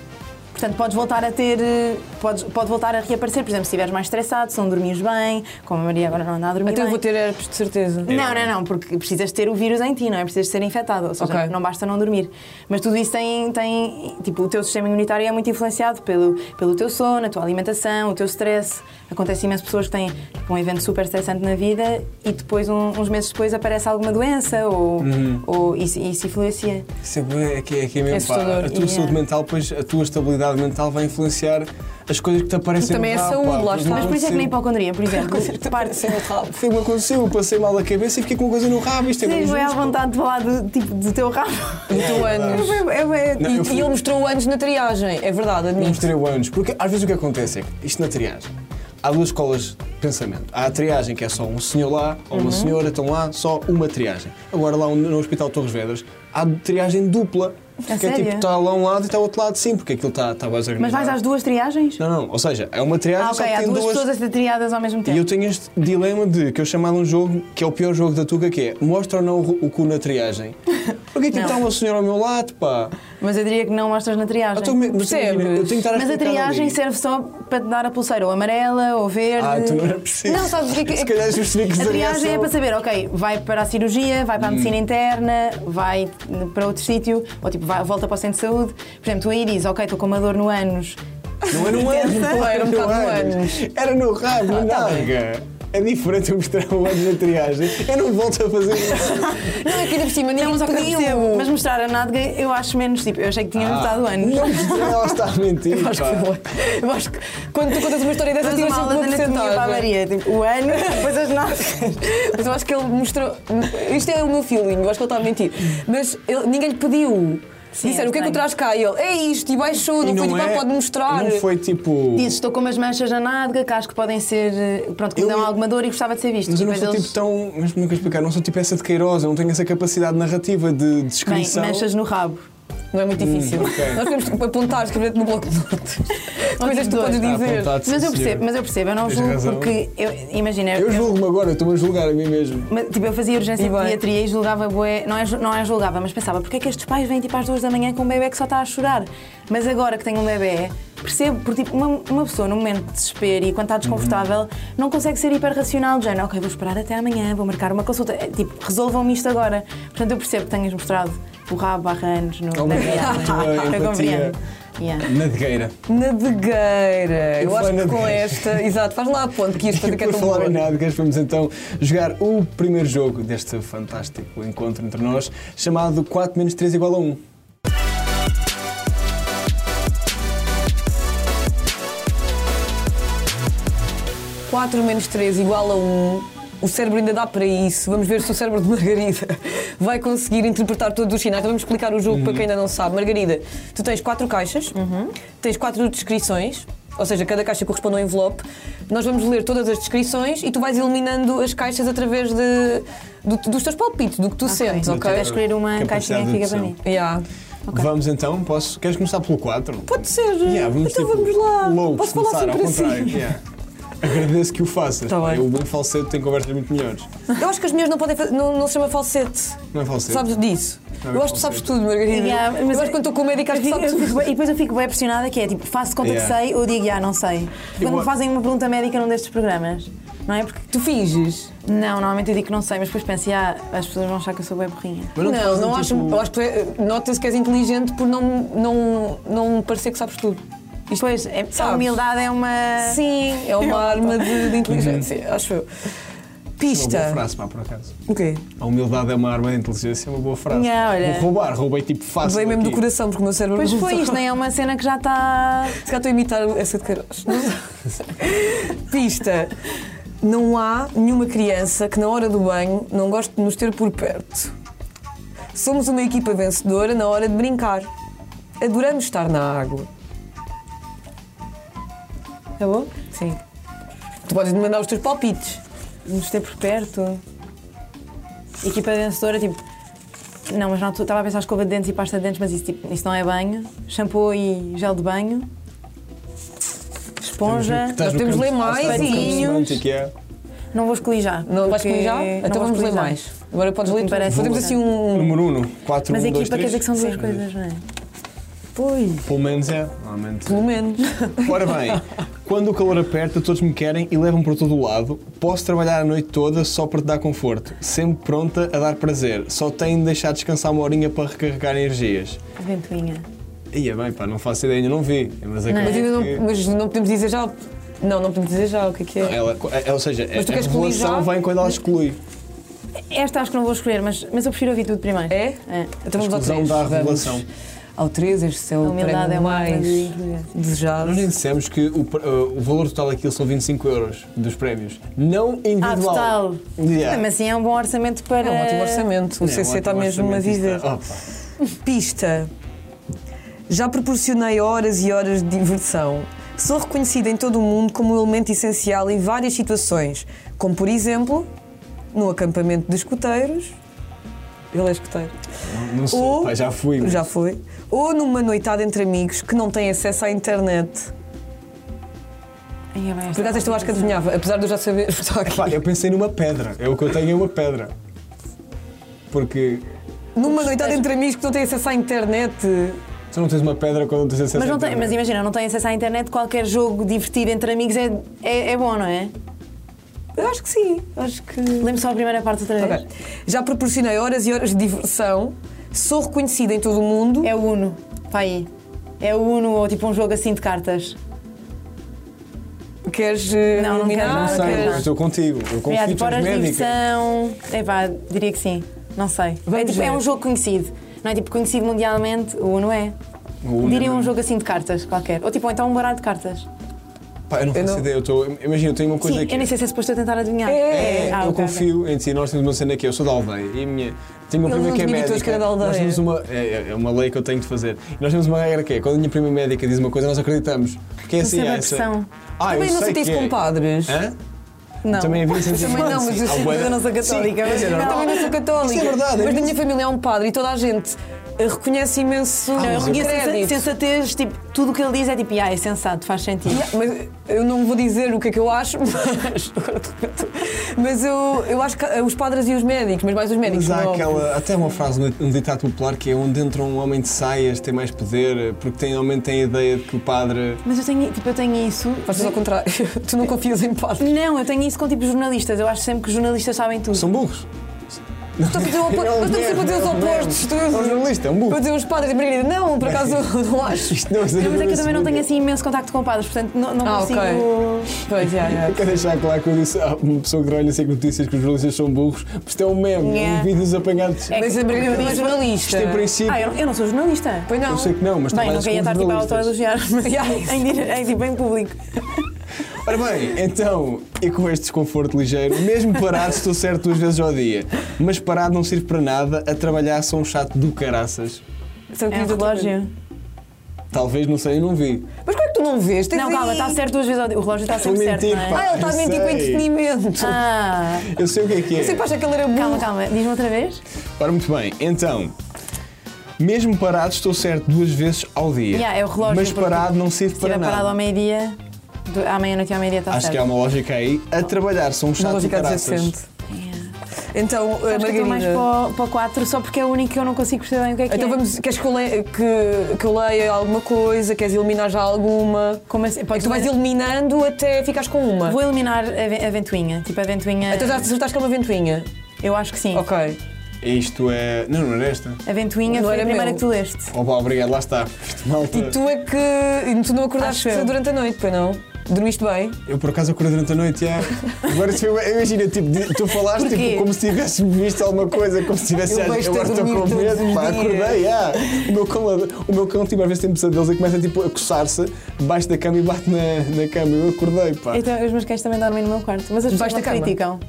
[SPEAKER 3] Portanto, podes voltar a ter, eh, podes, pode voltar a reaparecer, por exemplo, se estiveres mais estressado, se não dormires bem, como a Maria agora não anda a dormir
[SPEAKER 1] Até eu
[SPEAKER 3] bem.
[SPEAKER 1] vou ter herpes, de certeza.
[SPEAKER 2] É.
[SPEAKER 3] Não, não,
[SPEAKER 2] um-
[SPEAKER 3] não, porque precisas ter o vírus em ti, não é? Precisas ser infectado, ou seja,
[SPEAKER 1] Ok.
[SPEAKER 3] não basta não dormir. Mas tudo isso tem, tem. Tipo, o teu sistema imunitário é muito influenciado pelo, pelo teu sono, a tua alimentação, o teu stress. Acontece imensas pessoas que têm tipo, um evento super estressante na vida e depois, um- uns meses depois, aparece alguma doença ou.
[SPEAKER 2] Uhum.
[SPEAKER 3] ou isso, isso influencia.
[SPEAKER 2] Isso é bué- é que é, que é
[SPEAKER 1] É
[SPEAKER 2] mesmo. pá.
[SPEAKER 1] assustador,
[SPEAKER 2] a tua
[SPEAKER 3] yeah.
[SPEAKER 2] saúde mental, pois a tua estabilidade mental vai influenciar as coisas que te aparecem
[SPEAKER 1] Também é
[SPEAKER 2] no
[SPEAKER 1] saúde, lá está.
[SPEAKER 3] Mas
[SPEAKER 2] Ah,
[SPEAKER 3] por isso é que na
[SPEAKER 2] pode.
[SPEAKER 3] hipocondria, por exemplo, parte.
[SPEAKER 1] Sem rabo.
[SPEAKER 2] Foi o que aconteceu, eu passei mal a cabeça e fiquei com uma coisa no rabo. Isto é
[SPEAKER 3] Sim,
[SPEAKER 2] mesmo
[SPEAKER 3] foi à
[SPEAKER 2] justo.
[SPEAKER 3] vontade de falar do, tipo, do teu rabo.
[SPEAKER 1] Do teu
[SPEAKER 2] É verdade.
[SPEAKER 1] anos.
[SPEAKER 3] É, é, é,
[SPEAKER 2] Não, eu
[SPEAKER 1] E,
[SPEAKER 2] fui-
[SPEAKER 1] e ele mostrou anos na triagem, é verdade,
[SPEAKER 2] Não
[SPEAKER 1] admito.
[SPEAKER 2] mostrei o anos. Porque às vezes o que acontece é que isto na triagem. Há duas escolas de pensamento. Há a triagem que é só um senhor lá ou
[SPEAKER 3] Uhum.
[SPEAKER 2] uma senhora, estão lá, só uma triagem. Agora lá no Hospital Torres Vedras há triagem dupla. que é
[SPEAKER 3] sério?
[SPEAKER 2] tipo, está lá um lado e está o outro lado, sim, porque aquilo tá, está está mais organizado.
[SPEAKER 3] Mas vais às duas triagens?
[SPEAKER 2] Não, não, ou seja, é uma triagem
[SPEAKER 3] Ah,
[SPEAKER 2] só
[SPEAKER 3] ok,
[SPEAKER 2] que
[SPEAKER 3] há
[SPEAKER 2] tem
[SPEAKER 3] duas,
[SPEAKER 2] duas...
[SPEAKER 3] pessoas a ser triadas ao mesmo tempo.
[SPEAKER 2] E eu tenho este dilema de que eu chamava um jogo que é o pior jogo da Tuga, que é mostra ou não o o cu na triagem. Porque tipo,
[SPEAKER 3] Não.
[SPEAKER 2] está uma senhora ao meu lado, pá.
[SPEAKER 3] Mas eu diria que não mostras na triagem.
[SPEAKER 2] Eu, tô, me- Então, mas
[SPEAKER 1] Percebes?
[SPEAKER 2] imagina, eu tenho que estar a
[SPEAKER 3] Mas a
[SPEAKER 2] explicar
[SPEAKER 3] triagem
[SPEAKER 2] ali.
[SPEAKER 3] serve só para te dar a pulseira ou amarela ou verde.
[SPEAKER 2] Ah, então não era preciso.
[SPEAKER 1] Não, sabes o que é que-
[SPEAKER 2] Se calhar justifica
[SPEAKER 3] A triagem é para saber, ok, vai para a cirurgia, vai para
[SPEAKER 2] Hum.
[SPEAKER 3] a medicina interna, vai para outro sítio, ou tipo, vai- volta para o centro de saúde. Por exemplo, tu aí dizes, ok, estou com uma dor no ânus.
[SPEAKER 2] Não era um ano,
[SPEAKER 1] Não, era um bocado no
[SPEAKER 2] Era no rabo, na
[SPEAKER 1] tá bem.
[SPEAKER 2] naga. É diferente eu mostrar o ano na triagem. Eu não volto a fazer isso.
[SPEAKER 1] Não, é que ainda por cima, ninguém toca
[SPEAKER 3] pediu,
[SPEAKER 1] percebo.
[SPEAKER 3] mas mostrar a nádega eu acho menos, tipo, eu achei que tinha notado o ânus.
[SPEAKER 2] Ah. Não mostrei, ela está a mentir.
[SPEAKER 1] Eu acho que
[SPEAKER 2] pá.
[SPEAKER 1] foi. Eu acho que quando tu contas uma história dessas, um
[SPEAKER 3] Mas
[SPEAKER 1] tiras
[SPEAKER 3] uma
[SPEAKER 1] sempre
[SPEAKER 3] aula
[SPEAKER 1] uma
[SPEAKER 3] de anatomia para a
[SPEAKER 1] porcentagem.
[SPEAKER 3] Maria, tipo, o ânus, depois as nádegas.
[SPEAKER 1] Mas eu acho que ele mostrou. Isto é o meu feeling, eu acho que ele está a mentir. Mas ele- ninguém lhe pediu.
[SPEAKER 3] Sim,
[SPEAKER 1] Disseram
[SPEAKER 3] é
[SPEAKER 1] o que é que
[SPEAKER 3] estranho.
[SPEAKER 1] eu traz cá? E ele, é isto, e baixou, não, foi tipo, ah, pode mostrar.
[SPEAKER 2] é- Não foi tipo.
[SPEAKER 3] Dizes, estou com umas manchas na nádega que acho que podem ser, eh, pronto, que me
[SPEAKER 2] Eu-
[SPEAKER 3] dão alguma dor e gostava de ser visto.
[SPEAKER 2] Mas eu
[SPEAKER 3] E
[SPEAKER 2] não
[SPEAKER 3] depois
[SPEAKER 2] sou
[SPEAKER 3] eles-
[SPEAKER 2] tipo tão. Mas como é que eu explicar? Não sou tipo essa de Queiroz, eu não tenho essa capacidade narrativa de
[SPEAKER 3] Bem,
[SPEAKER 2] descrição.
[SPEAKER 3] mexas no rabo.
[SPEAKER 1] Não é muito difícil.
[SPEAKER 2] Hum, ok.
[SPEAKER 1] Nós temos que apontar, escrever no bloco de notas. Coisas que tu
[SPEAKER 3] dois.
[SPEAKER 1] podes
[SPEAKER 2] Está
[SPEAKER 1] dizer.
[SPEAKER 2] apontado, sim,
[SPEAKER 3] Mas eu
[SPEAKER 2] senhora.
[SPEAKER 3] percebo, mas eu percebo, eu não
[SPEAKER 2] Tens
[SPEAKER 3] julgo
[SPEAKER 2] razão.
[SPEAKER 3] porque eu imagina,
[SPEAKER 1] É,
[SPEAKER 2] Eu julgo-me agora, eu estou-me a julgar a mim mesmo.
[SPEAKER 3] mas, tipo, eu fazia urgência
[SPEAKER 1] E
[SPEAKER 3] de
[SPEAKER 1] bem.
[SPEAKER 3] pediatria e julgava bué, não é, ju- não é julgava, mas pensava, porque é que estes pais vêm tipo às duas da manhã com um bebê que só está a chorar? Mas agora que tenho um bebê, percebo, porque tipo, uma, uma pessoa num momento de desespero e quando está desconfortável,
[SPEAKER 1] Uhum.
[SPEAKER 3] não consegue ser hiper racional, do género, ok, vou esperar até amanhã, vou marcar uma consulta, É, tipo, resolvam-me isto agora. Portanto, eu percebo que tenhas mostrado o rabo barra anos no na
[SPEAKER 2] Obrigado pela tua
[SPEAKER 3] viagem.
[SPEAKER 2] é empatia.
[SPEAKER 3] Eu compreendo. Yeah.
[SPEAKER 2] Nadegueira.
[SPEAKER 1] Nadegueira. Eu,
[SPEAKER 2] Eu
[SPEAKER 1] acho
[SPEAKER 2] falei
[SPEAKER 1] que com
[SPEAKER 2] nadegueira.
[SPEAKER 1] esta. Exato, faz lá a ponte que ias fazer
[SPEAKER 2] E
[SPEAKER 1] que é
[SPEAKER 2] por
[SPEAKER 1] tão
[SPEAKER 2] falar em
[SPEAKER 1] boa.
[SPEAKER 2] nádegas, vamos então jogar o primeiro jogo deste fantástico encontro entre nós, chamado 4 menos 3 igual a 1.
[SPEAKER 1] Quatro menos três igual a um. O cérebro ainda dá para isso. Vamos ver se o cérebro de Margarida vai conseguir interpretar todos os sinais. Então vamos explicar o jogo para quem ainda não sabe. Margarida, tu tens quatro caixas, tens quatro descrições Ou seja, cada caixa corresponde a um envelope. Nós vamos ler todas as descrições e tu vais eliminando as caixas através de, do- dos teus palpites, do que tu sentes,
[SPEAKER 2] Da
[SPEAKER 1] ok?
[SPEAKER 2] tua
[SPEAKER 3] Quero escolher uma
[SPEAKER 2] Capacidade
[SPEAKER 3] caixinha que
[SPEAKER 2] de
[SPEAKER 3] fica para
[SPEAKER 2] dedução.
[SPEAKER 3] mim.
[SPEAKER 1] Yeah.
[SPEAKER 2] Vamos então, posso? Queres começar pelo 4?
[SPEAKER 1] Pode ser. então
[SPEAKER 2] tipo,
[SPEAKER 1] vamos lá.
[SPEAKER 2] Loucos,
[SPEAKER 1] Posso falar
[SPEAKER 2] começar,
[SPEAKER 1] sempre
[SPEAKER 2] ao contrário.
[SPEAKER 1] assim.
[SPEAKER 2] yeah. Agradeço que o faças.
[SPEAKER 1] Tá
[SPEAKER 2] pá,
[SPEAKER 1] bem.
[SPEAKER 2] eu, o bom falsete tem conversas muito melhores.
[SPEAKER 1] Eu acho que as minhas não podem fazer, não, não se chama falsete.
[SPEAKER 2] Não é falsete?
[SPEAKER 1] Sabes disso?
[SPEAKER 2] Não é
[SPEAKER 1] eu acho que tu sabes
[SPEAKER 2] falsete.
[SPEAKER 1] tudo, Margarida.
[SPEAKER 3] Yeah,
[SPEAKER 1] eu
[SPEAKER 3] mas-
[SPEAKER 1] acho que quando estou com o médico acho que
[SPEAKER 3] Eu
[SPEAKER 1] sabes
[SPEAKER 3] fico
[SPEAKER 1] tudo.
[SPEAKER 3] bem- e depois eu fico bem pressionada que é tipo, faço de conta
[SPEAKER 2] Yeah.
[SPEAKER 3] que sei ou digo, ah, não sei. Quando
[SPEAKER 2] Eu-
[SPEAKER 3] me fazem uma pergunta médica num destes programas, não é? Porque
[SPEAKER 1] Tu finges.
[SPEAKER 3] não, normalmente eu digo que não sei, mas depois penso, ah, as pessoas vão achar que eu sou bem burrinha.
[SPEAKER 2] Mas
[SPEAKER 1] não,
[SPEAKER 2] te fazem,
[SPEAKER 1] não acho.
[SPEAKER 2] tipo,
[SPEAKER 1] Eu acho que tu é- nota-se que és inteligente por não, não, não parecer que sabes tudo.
[SPEAKER 3] Isto, pois, é, a
[SPEAKER 1] Sabes?
[SPEAKER 3] humildade é uma.
[SPEAKER 1] Sim, é uma arma de, de inteligência, acho eu.
[SPEAKER 2] Isso é Uhum. uma boa
[SPEAKER 1] Pista.
[SPEAKER 2] frase, pá, por acaso.
[SPEAKER 1] O quê?
[SPEAKER 2] A humildade é uma arma da inteligência, é uma boa frase.
[SPEAKER 3] Yeah, olha.
[SPEAKER 2] Vou roubar, roubei tipo fácil.
[SPEAKER 1] Veio mesmo do
[SPEAKER 2] aqui.
[SPEAKER 1] coração, porque o meu cérebro
[SPEAKER 3] Pois
[SPEAKER 1] não
[SPEAKER 3] foi,
[SPEAKER 1] sabe.
[SPEAKER 3] isto nem é uma cena que já tá está.
[SPEAKER 1] Se calhar estou a imitar essa de Queiroz. Não sei. Pista. Não há nenhuma criança que na hora do banho não goste de nos ter por perto. Somos uma equipa vencedora na hora de brincar. Adoramos estar na água.
[SPEAKER 3] Tá bom?
[SPEAKER 1] Sim. Tu podes me mandar os teus palpites.
[SPEAKER 3] Nos ter por perto. Equipa vencedora, tipo. Não, mas na altura estava a pensar escova de dentes e pasta de dentes, mas isso, tipo, isso não é banho. Shampoo e gel de banho. Esponja.
[SPEAKER 2] Estás no
[SPEAKER 1] podemos
[SPEAKER 2] campo-
[SPEAKER 1] ler mais
[SPEAKER 2] estás no campo
[SPEAKER 1] e-
[SPEAKER 2] semântico, é.
[SPEAKER 3] Não vou escolher já.
[SPEAKER 1] Não vais
[SPEAKER 3] porque
[SPEAKER 1] comigo já?
[SPEAKER 3] não
[SPEAKER 1] Então
[SPEAKER 3] vou
[SPEAKER 1] vamos ler
[SPEAKER 3] escolher já.
[SPEAKER 1] mais. Agora podes
[SPEAKER 3] Me
[SPEAKER 1] ler tudo.
[SPEAKER 3] parece
[SPEAKER 1] Fazemos
[SPEAKER 3] bom.
[SPEAKER 1] assim um.
[SPEAKER 2] Número 1, 4,
[SPEAKER 3] Mas
[SPEAKER 2] 1, 2,
[SPEAKER 3] equipa quer
[SPEAKER 2] 3.
[SPEAKER 3] dizer que são duas coisas, não é?
[SPEAKER 1] Pois.
[SPEAKER 2] Pelo menos é. Normalmente.
[SPEAKER 1] Pelo menos.
[SPEAKER 2] Ora bem, quando o calor aperta, todos me querem e levam para todo o lado. Posso trabalhar a noite toda só para te dar conforto. Sempre pronta a dar prazer. Só tenho de deixar descansar uma horinha para recarregar energias.
[SPEAKER 3] Ventoinha.
[SPEAKER 2] Ia bem, pá, não faço ideia, ainda não vi. Mas
[SPEAKER 3] Não.
[SPEAKER 1] Mas, ainda
[SPEAKER 2] acredito que-
[SPEAKER 1] não, mas não podemos dizer já. Não, não podemos dizer já o que é que é.
[SPEAKER 2] Ela, é- ou seja,
[SPEAKER 1] Mas tu
[SPEAKER 2] a
[SPEAKER 1] queres excluir
[SPEAKER 2] revelação
[SPEAKER 1] já?
[SPEAKER 2] vem quando ela exclui.
[SPEAKER 3] Esta acho que não vou escolher, mas, mas eu prefiro ouvir tudo primeiro.
[SPEAKER 1] É?
[SPEAKER 3] É.
[SPEAKER 1] Então vamos ao
[SPEAKER 2] Exclusão
[SPEAKER 1] 3.
[SPEAKER 2] da revelação.
[SPEAKER 1] Ao 3, este é
[SPEAKER 3] A
[SPEAKER 1] o
[SPEAKER 3] humildade
[SPEAKER 1] prémio
[SPEAKER 3] é uma arma
[SPEAKER 1] mais
[SPEAKER 3] de inteligência.
[SPEAKER 1] desejado.
[SPEAKER 2] Nós nem dissemos que o, pr- uh, o valor total daquilo são 25 euros dos prémios. Não
[SPEAKER 3] Ah,
[SPEAKER 2] individual.
[SPEAKER 3] total.
[SPEAKER 2] Yeah.
[SPEAKER 3] Mesmo assim é um bom orçamento para.
[SPEAKER 1] É um ótimo orçamento. O
[SPEAKER 2] É,
[SPEAKER 1] CC está tá
[SPEAKER 2] ótimo
[SPEAKER 1] mesmo a Ah.
[SPEAKER 2] orçamento, isto
[SPEAKER 1] viver.
[SPEAKER 2] está- Oh, pá.
[SPEAKER 1] é Pista. Já proporcionei horas e horas de diversão. Sou reconhecida em todo o mundo como um elemento essencial em várias situações, como por exemplo, no acampamento de escuteiros. Ele é escuteiro.
[SPEAKER 2] Não, não sei,
[SPEAKER 1] Ou-
[SPEAKER 2] pá, já fui. mas-
[SPEAKER 1] Já foi. Ou numa noitada entre amigos que não têm acesso à internet.
[SPEAKER 3] Ai, é bem,
[SPEAKER 1] Por acaso, esta eu acho que adivinhava, apesar de eu já saber. Só que-
[SPEAKER 2] Pá, eu pensei numa pedra. É o que eu tenho é uma pedra. Porque
[SPEAKER 1] Numa noitada entre amigos que não têm acesso à internet.
[SPEAKER 2] tu não tens uma pedra quando tens acesso
[SPEAKER 3] Mas,
[SPEAKER 2] à
[SPEAKER 3] não tem, mas
[SPEAKER 2] internet.
[SPEAKER 3] imagina, não tem acesso à internet, qualquer jogo divertido entre amigos é, é, é bom, não é?
[SPEAKER 1] Eu acho que sim, acho que.
[SPEAKER 3] Lembro só a primeira parte outra vez.
[SPEAKER 1] Ok. Já proporcionei horas e horas de diversão, sou reconhecida em todo o mundo.
[SPEAKER 3] É o Uno, pá aí. É o Uno ou tipo um jogo assim de cartas.
[SPEAKER 1] Queres eh,
[SPEAKER 3] Não, não
[SPEAKER 1] eliminar?
[SPEAKER 3] quero, não
[SPEAKER 2] Sei,
[SPEAKER 1] Queres-
[SPEAKER 2] mas estou contigo. Eu confio
[SPEAKER 3] é,
[SPEAKER 2] que
[SPEAKER 3] tipo
[SPEAKER 2] tu és
[SPEAKER 3] horas de
[SPEAKER 2] médica.
[SPEAKER 3] diversão. É pá, diria que sim. Não sei. É,
[SPEAKER 1] Vamos
[SPEAKER 3] tipo, é
[SPEAKER 1] ver.
[SPEAKER 3] um jogo conhecido. Não é tipo conhecido mundialmente, o Uno é.
[SPEAKER 2] O Uno,
[SPEAKER 3] Diria
[SPEAKER 2] não
[SPEAKER 3] um
[SPEAKER 2] é?
[SPEAKER 3] jogo assim de cartas qualquer. Ou tipo, ou então um baralho de cartas.
[SPEAKER 2] Pá, eu não faço
[SPEAKER 1] não-
[SPEAKER 2] ideia. Eu estou- Imagina, eu tenho uma coisa
[SPEAKER 3] Sim,
[SPEAKER 2] aqui.
[SPEAKER 3] eu nem sei se é suposto eu tentar adivinhar.
[SPEAKER 1] É,
[SPEAKER 2] É,
[SPEAKER 3] Ah,
[SPEAKER 2] eu
[SPEAKER 3] ok, ok.
[SPEAKER 2] confio em ti. Nós temos uma cena aqui, eu sou da aldeia e a minha. Tenho
[SPEAKER 1] Eles
[SPEAKER 2] uma prima
[SPEAKER 1] não
[SPEAKER 2] que é
[SPEAKER 1] admitem todos que
[SPEAKER 2] médica.
[SPEAKER 1] era da aldeia.
[SPEAKER 2] Nós temos uma. É, é uma lei que eu tenho de fazer. E nós temos uma regra que é: quando a minha prima médica diz uma coisa, nós acreditamos. Porque é assim,
[SPEAKER 3] Recebe
[SPEAKER 2] é
[SPEAKER 3] a
[SPEAKER 2] essa.
[SPEAKER 3] pressão.
[SPEAKER 2] Ah,
[SPEAKER 1] Também não
[SPEAKER 2] eu
[SPEAKER 1] tipo
[SPEAKER 2] sei
[SPEAKER 1] sentiste
[SPEAKER 2] que é.
[SPEAKER 1] com padres?
[SPEAKER 2] Hã?
[SPEAKER 3] Não.
[SPEAKER 2] Também havia
[SPEAKER 1] Também
[SPEAKER 2] sentido.
[SPEAKER 1] não, mas eu sinto que eu não sou
[SPEAKER 2] Sim,
[SPEAKER 1] católica.
[SPEAKER 2] mas
[SPEAKER 1] mas
[SPEAKER 2] era-
[SPEAKER 1] eu também não sou católica.
[SPEAKER 2] Isso é verdade,
[SPEAKER 1] Mas
[SPEAKER 2] é
[SPEAKER 1] na
[SPEAKER 2] mesmo.
[SPEAKER 1] minha família há um padre e toda a gente eh, reconhece imenso
[SPEAKER 3] Não, eu
[SPEAKER 1] o
[SPEAKER 3] reconheço a
[SPEAKER 1] crédito.
[SPEAKER 3] sensatez, tipo, tudo o que ele diz é tipo, ah, é sensato, faz sentido.
[SPEAKER 1] Yeah, Mas eu não vou dizer o que é que eu acho, mas, agora de repente- mas eu, eu acho que eh, os padres e os médicos, mas mais os médicos.
[SPEAKER 2] Mas há
[SPEAKER 1] não.
[SPEAKER 2] aquela, até uma frase, um ditado popular que é onde entra um homem de saias tem mais poder, porque tem, homem tem a ideia de que o padre.
[SPEAKER 3] Mas eu tenho, tipo, eu tenho isso.
[SPEAKER 1] Fazes ao contrário, tu não confias em padres.
[SPEAKER 3] Não, eu tenho isso com tipo jornalistas. Eu acho sempre que os jornalistas sabem tudo.
[SPEAKER 2] São burros.
[SPEAKER 1] Estou a fazer o opo-
[SPEAKER 2] É o
[SPEAKER 1] nós estamos sempre a dizer os
[SPEAKER 2] mesmo, é o
[SPEAKER 1] opostos.
[SPEAKER 2] mesmo. É um jornalista, é um burro.
[SPEAKER 1] Para dizer os padres e Margarida, não, por acaso eu não acho.
[SPEAKER 2] Isto não
[SPEAKER 3] Não, mas é que eu também não tenho assim imenso contacto com padres, portanto não, não
[SPEAKER 1] Ah,
[SPEAKER 3] consigo.
[SPEAKER 1] Pois é,
[SPEAKER 2] Eu
[SPEAKER 1] é.
[SPEAKER 2] quero deixar claro que eu disse a uma pessoa que trabalha em cinco notícias que os jornalistas são burros, porque isto é um meme,
[SPEAKER 3] Yeah.
[SPEAKER 2] um vídeo dos apanhados.
[SPEAKER 3] É que-
[SPEAKER 1] Mas a Margarida não é jornalista.
[SPEAKER 2] Isto em princípio.
[SPEAKER 3] Ah, eu, eu não sou jornalista.
[SPEAKER 1] Pois não.
[SPEAKER 2] eu sei que um não, mas
[SPEAKER 3] Bem,
[SPEAKER 2] trabalhas
[SPEAKER 3] nunca ia
[SPEAKER 2] com
[SPEAKER 3] estar tipo a
[SPEAKER 2] jornalistas.
[SPEAKER 3] autoelogiar, mas
[SPEAKER 1] Yeah.
[SPEAKER 3] em, dire- em, tipo, em público.
[SPEAKER 2] Ora bem, então, e com este desconforto ligeiro, mesmo parado estou certo duas vezes ao dia, mas parado não sirve para nada, a trabalhar sou um chato do caraças.
[SPEAKER 1] Sabe o que
[SPEAKER 3] É um
[SPEAKER 1] diz outra
[SPEAKER 3] relógio.
[SPEAKER 2] Talvez, não sei, eu não vi.
[SPEAKER 1] Mas como é que tu não vês? Tens
[SPEAKER 3] Não, calma,
[SPEAKER 1] aí-
[SPEAKER 3] está certo duas vezes ao dia. O relógio está
[SPEAKER 2] Estou a
[SPEAKER 3] sempre certo,
[SPEAKER 2] mentir,
[SPEAKER 1] Ah,
[SPEAKER 3] não é?
[SPEAKER 2] pá.
[SPEAKER 1] ele está a
[SPEAKER 2] Eu
[SPEAKER 1] mentir com
[SPEAKER 2] sei.
[SPEAKER 1] entretenimento.
[SPEAKER 3] Ah,
[SPEAKER 2] Eu sei o que é que é.
[SPEAKER 1] Eu sempre acha que ele era burro.
[SPEAKER 3] calma, calma. Diz-me outra vez.
[SPEAKER 2] Ora, muito bem, então. Mesmo parado, estou certo duas vezes ao dia.
[SPEAKER 3] Yeah, é o relógio.
[SPEAKER 2] Mas
[SPEAKER 3] porque
[SPEAKER 2] parado não serve
[SPEAKER 3] Se
[SPEAKER 2] para
[SPEAKER 3] estiver
[SPEAKER 2] nada.
[SPEAKER 3] parado ao meio-dia, do- à meia-noite e ao meio-dia está
[SPEAKER 2] Acho
[SPEAKER 3] certo.
[SPEAKER 1] é
[SPEAKER 2] que há uma lógica aí. A trabalhar são os
[SPEAKER 1] Uma
[SPEAKER 2] chatos e
[SPEAKER 1] lógica
[SPEAKER 2] caraças.
[SPEAKER 1] adjacente.
[SPEAKER 2] tá.
[SPEAKER 1] Então, eh,
[SPEAKER 3] Acho que eu estou mais
[SPEAKER 1] Margarida.
[SPEAKER 3] para o- para o 4, só porque é o único que eu não consigo perceber bem o que é que
[SPEAKER 1] Então
[SPEAKER 3] é.
[SPEAKER 1] vamos, queres que eu, leia, que, que eu leia alguma coisa? Queres eliminar já alguma?
[SPEAKER 3] Como assim?
[SPEAKER 1] É
[SPEAKER 3] Podes
[SPEAKER 1] que tu vais
[SPEAKER 3] ler-
[SPEAKER 1] eliminando até ficares com uma.
[SPEAKER 3] Vou eliminar a, ve- a ventoinha. Tipo, a ventoinha.
[SPEAKER 1] Então já acertaste que é uma ventoinha.
[SPEAKER 3] Eu acho que sim.
[SPEAKER 1] Ok.
[SPEAKER 2] Isto é. Não, não era esta.
[SPEAKER 3] A ventoinha
[SPEAKER 1] Não
[SPEAKER 3] foi
[SPEAKER 1] era
[SPEAKER 3] a primeira
[SPEAKER 1] meu.
[SPEAKER 3] que tu leste.
[SPEAKER 2] Opa, obrigado, lá está. Malta.
[SPEAKER 1] E tu é que. Tu não acordaste
[SPEAKER 3] Acho eu.
[SPEAKER 1] durante a noite, pois não? Dormiste bem?
[SPEAKER 2] Eu por acaso acordei durante a noite, é. Agora se eu- imagina, tipo, de- tu falaste
[SPEAKER 3] Porquê?
[SPEAKER 2] tipo, como se tivesse visto alguma coisa, como se tivesse
[SPEAKER 1] Eu
[SPEAKER 2] já-
[SPEAKER 1] vejo-te a
[SPEAKER 2] agora estou
[SPEAKER 1] dormir
[SPEAKER 2] com
[SPEAKER 1] todos
[SPEAKER 2] medo,
[SPEAKER 1] os
[SPEAKER 2] pá,
[SPEAKER 1] dias.
[SPEAKER 2] acordei, é. O meu cão, o meu cão tipo, às vezes tem pesadelos e começa tipo, a coçar-se debaixo da cama e bate na, na cama. Eu acordei,
[SPEAKER 1] É
[SPEAKER 2] pá.
[SPEAKER 3] Então, os meus cães também dormem no meu quarto, mas as pessoas
[SPEAKER 1] Debaixo
[SPEAKER 3] não
[SPEAKER 1] da cama?
[SPEAKER 3] criticam.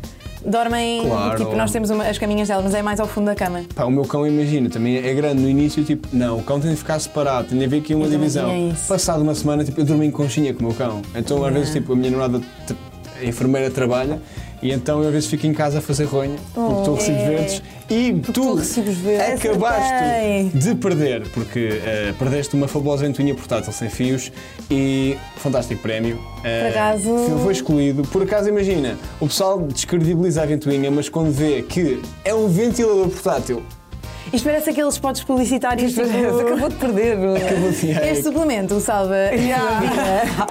[SPEAKER 3] Dormem,
[SPEAKER 2] Claro.
[SPEAKER 3] tipo, nós temos uma- as caminhas dela, mas é mais ao fundo da cama.
[SPEAKER 2] Pá, o meu cão, imagina, também é grande. No início, tipo, não, o cão tem de ficar separado, tem de haver aqui uma
[SPEAKER 3] Eu também
[SPEAKER 2] divisão.
[SPEAKER 3] tinha isso.
[SPEAKER 2] Passado uma semana, tipo, eu dormi em conchinha com o meu cão. Então, às vezes, tipo, a minha namorada, tra- a enfermeira, trabalha e então eu às vezes fico em casa a fazer ronha, porque estou a recibos
[SPEAKER 3] é.
[SPEAKER 2] verdes. E
[SPEAKER 1] tu
[SPEAKER 2] tu
[SPEAKER 1] recibes verdes.
[SPEAKER 2] acabaste
[SPEAKER 3] Acertei.
[SPEAKER 2] de perder, porque eh, perdeste uma fabulosa ventoinha portátil sem fios e fantástico prémio. Eh,
[SPEAKER 3] acaso-
[SPEAKER 2] foi- Foi excluído. Por acaso, imagina, o pessoal descredibiliza a ventoinha, mas quando vê que é um ventilador portátil
[SPEAKER 3] Isto parece aqueles spots publicitários. Tipo,
[SPEAKER 1] Acabou de perder.
[SPEAKER 2] Acabou de ganhar.
[SPEAKER 3] este suplemento o salva a sua vida.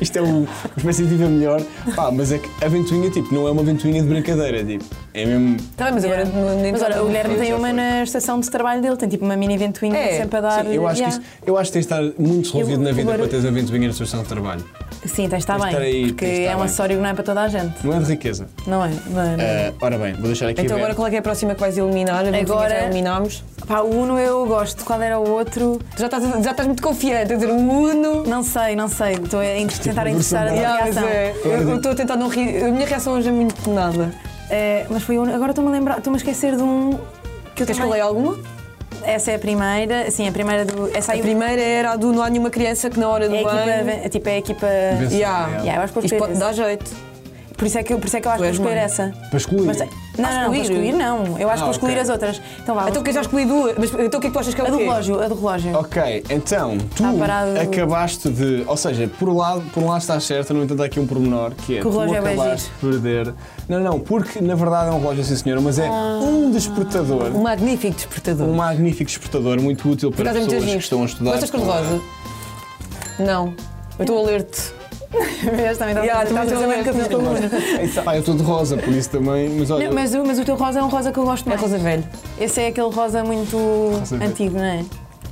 [SPEAKER 2] Isto é um- uma espécie de vida melhor. Pá, mas é que a ventoinha, tipo, não é uma ventoinha de brincadeira, tipo. É mesmo.
[SPEAKER 1] Tá bem, mas agora não- nem
[SPEAKER 3] Mas
[SPEAKER 1] tá-
[SPEAKER 3] olha, o Guilherme tem
[SPEAKER 2] já
[SPEAKER 3] uma
[SPEAKER 2] foi.
[SPEAKER 3] na estação de trabalho dele, tem tipo uma mini ventoinha
[SPEAKER 1] É,
[SPEAKER 3] sempre a dar.
[SPEAKER 2] Sim, eu acho,
[SPEAKER 3] yeah.
[SPEAKER 2] que isto, eu acho que tens de estar muito resolvido na
[SPEAKER 3] o
[SPEAKER 2] vida para
[SPEAKER 3] barulho-
[SPEAKER 2] teres a ventoinha na sua estação de trabalho.
[SPEAKER 3] Sim, tens de estar
[SPEAKER 2] Tens de
[SPEAKER 3] bem.
[SPEAKER 2] estar aí,
[SPEAKER 3] porque
[SPEAKER 2] tens de estar
[SPEAKER 3] é um
[SPEAKER 2] bem.
[SPEAKER 3] acessório que não é para toda a gente.
[SPEAKER 2] Não é de riqueza.
[SPEAKER 3] Não é? Não é, não é.
[SPEAKER 2] Ah, ora bem, vou deixar aqui.
[SPEAKER 1] Então
[SPEAKER 2] a ver.
[SPEAKER 1] agora qual é que é a próxima que vais eliminar? A ventoinha
[SPEAKER 3] Agora-
[SPEAKER 1] já eliminámos.
[SPEAKER 3] Pá, o Uno eu gosto. Qual era o outro?
[SPEAKER 1] Tu já estás, já estás muito confiante, a dizer, o Uno.
[SPEAKER 3] Não sei, não sei. Estou a in- tentar interessar a tua
[SPEAKER 1] Yeah, mas
[SPEAKER 3] reação.
[SPEAKER 1] é, eu eu estou a tentar não rir. A minha reação hoje é muito de nada.
[SPEAKER 3] É, mas foi o Uno. Agora estou-me a lembrar, estou-me a esquecer de um. Que eu
[SPEAKER 1] Queres é que eu
[SPEAKER 3] também-
[SPEAKER 1] leia alguma?
[SPEAKER 3] Essa é a primeira, sim, a primeira do. Essa
[SPEAKER 1] A
[SPEAKER 3] Tá aí
[SPEAKER 1] primeira era a do Não há nenhuma criança que na hora do
[SPEAKER 3] é a equipa.
[SPEAKER 1] banho.
[SPEAKER 3] ven- Tipo, é a equipa.
[SPEAKER 2] Vencer.
[SPEAKER 1] Yeah.
[SPEAKER 3] Yeah, eu acho que vou
[SPEAKER 1] Isto
[SPEAKER 3] escolher
[SPEAKER 1] pode
[SPEAKER 3] essa.
[SPEAKER 1] dar jeito.
[SPEAKER 3] Por isso é que eu, por isso é que eu
[SPEAKER 1] Tu
[SPEAKER 3] acho que vou
[SPEAKER 1] és
[SPEAKER 3] escolher
[SPEAKER 1] mãe.
[SPEAKER 3] essa.
[SPEAKER 2] Para excluir.
[SPEAKER 3] Mas, é- não, não, não, vou
[SPEAKER 1] excluir?
[SPEAKER 3] excluir não. Eu acho
[SPEAKER 2] Ah,
[SPEAKER 3] que vou excluir
[SPEAKER 2] ok.
[SPEAKER 3] as outras. Então vá.
[SPEAKER 1] Então
[SPEAKER 3] vou
[SPEAKER 1] que eu já
[SPEAKER 3] escolher.
[SPEAKER 1] escolhi duas. Mas então o que é que tu achas que é o
[SPEAKER 3] A do
[SPEAKER 1] quê?
[SPEAKER 3] relógio, a do relógio.
[SPEAKER 2] Ok, então tu
[SPEAKER 3] Está Tá parado.
[SPEAKER 2] acabaste de. Ou seja, por um lado, por um lado estás certa, no entanto há aqui um pormenor que é.
[SPEAKER 3] Que o relógio é
[SPEAKER 2] tu
[SPEAKER 3] bem
[SPEAKER 2] acabaste de perder. Não, não, porque na verdade é um relógio, sim senhora, mas é
[SPEAKER 3] Ah.
[SPEAKER 2] um despertador.
[SPEAKER 1] Um magnífico despertador.
[SPEAKER 2] Um magnífico despertador, muito útil
[SPEAKER 1] Por
[SPEAKER 2] para
[SPEAKER 1] acaso é muito
[SPEAKER 2] pessoas que
[SPEAKER 1] giro.
[SPEAKER 2] estão a estudar.
[SPEAKER 1] Gostas de cor-de-rosa? Não. Eu estou a ler-te.
[SPEAKER 3] Esta também
[SPEAKER 1] Yeah,
[SPEAKER 3] está a
[SPEAKER 1] também
[SPEAKER 3] fazer
[SPEAKER 1] estou a
[SPEAKER 3] bem
[SPEAKER 1] ver.
[SPEAKER 3] que eu fiz com o Uno.
[SPEAKER 2] Ah, eu estou de rosa, por isso também. Mas olha,
[SPEAKER 3] Não, mas, o- mas o teu rosa é um rosa que eu gosto
[SPEAKER 1] É
[SPEAKER 3] mais.
[SPEAKER 1] rosa velho.
[SPEAKER 3] Esse é aquele rosa muito
[SPEAKER 2] verde.
[SPEAKER 3] antigo, não é?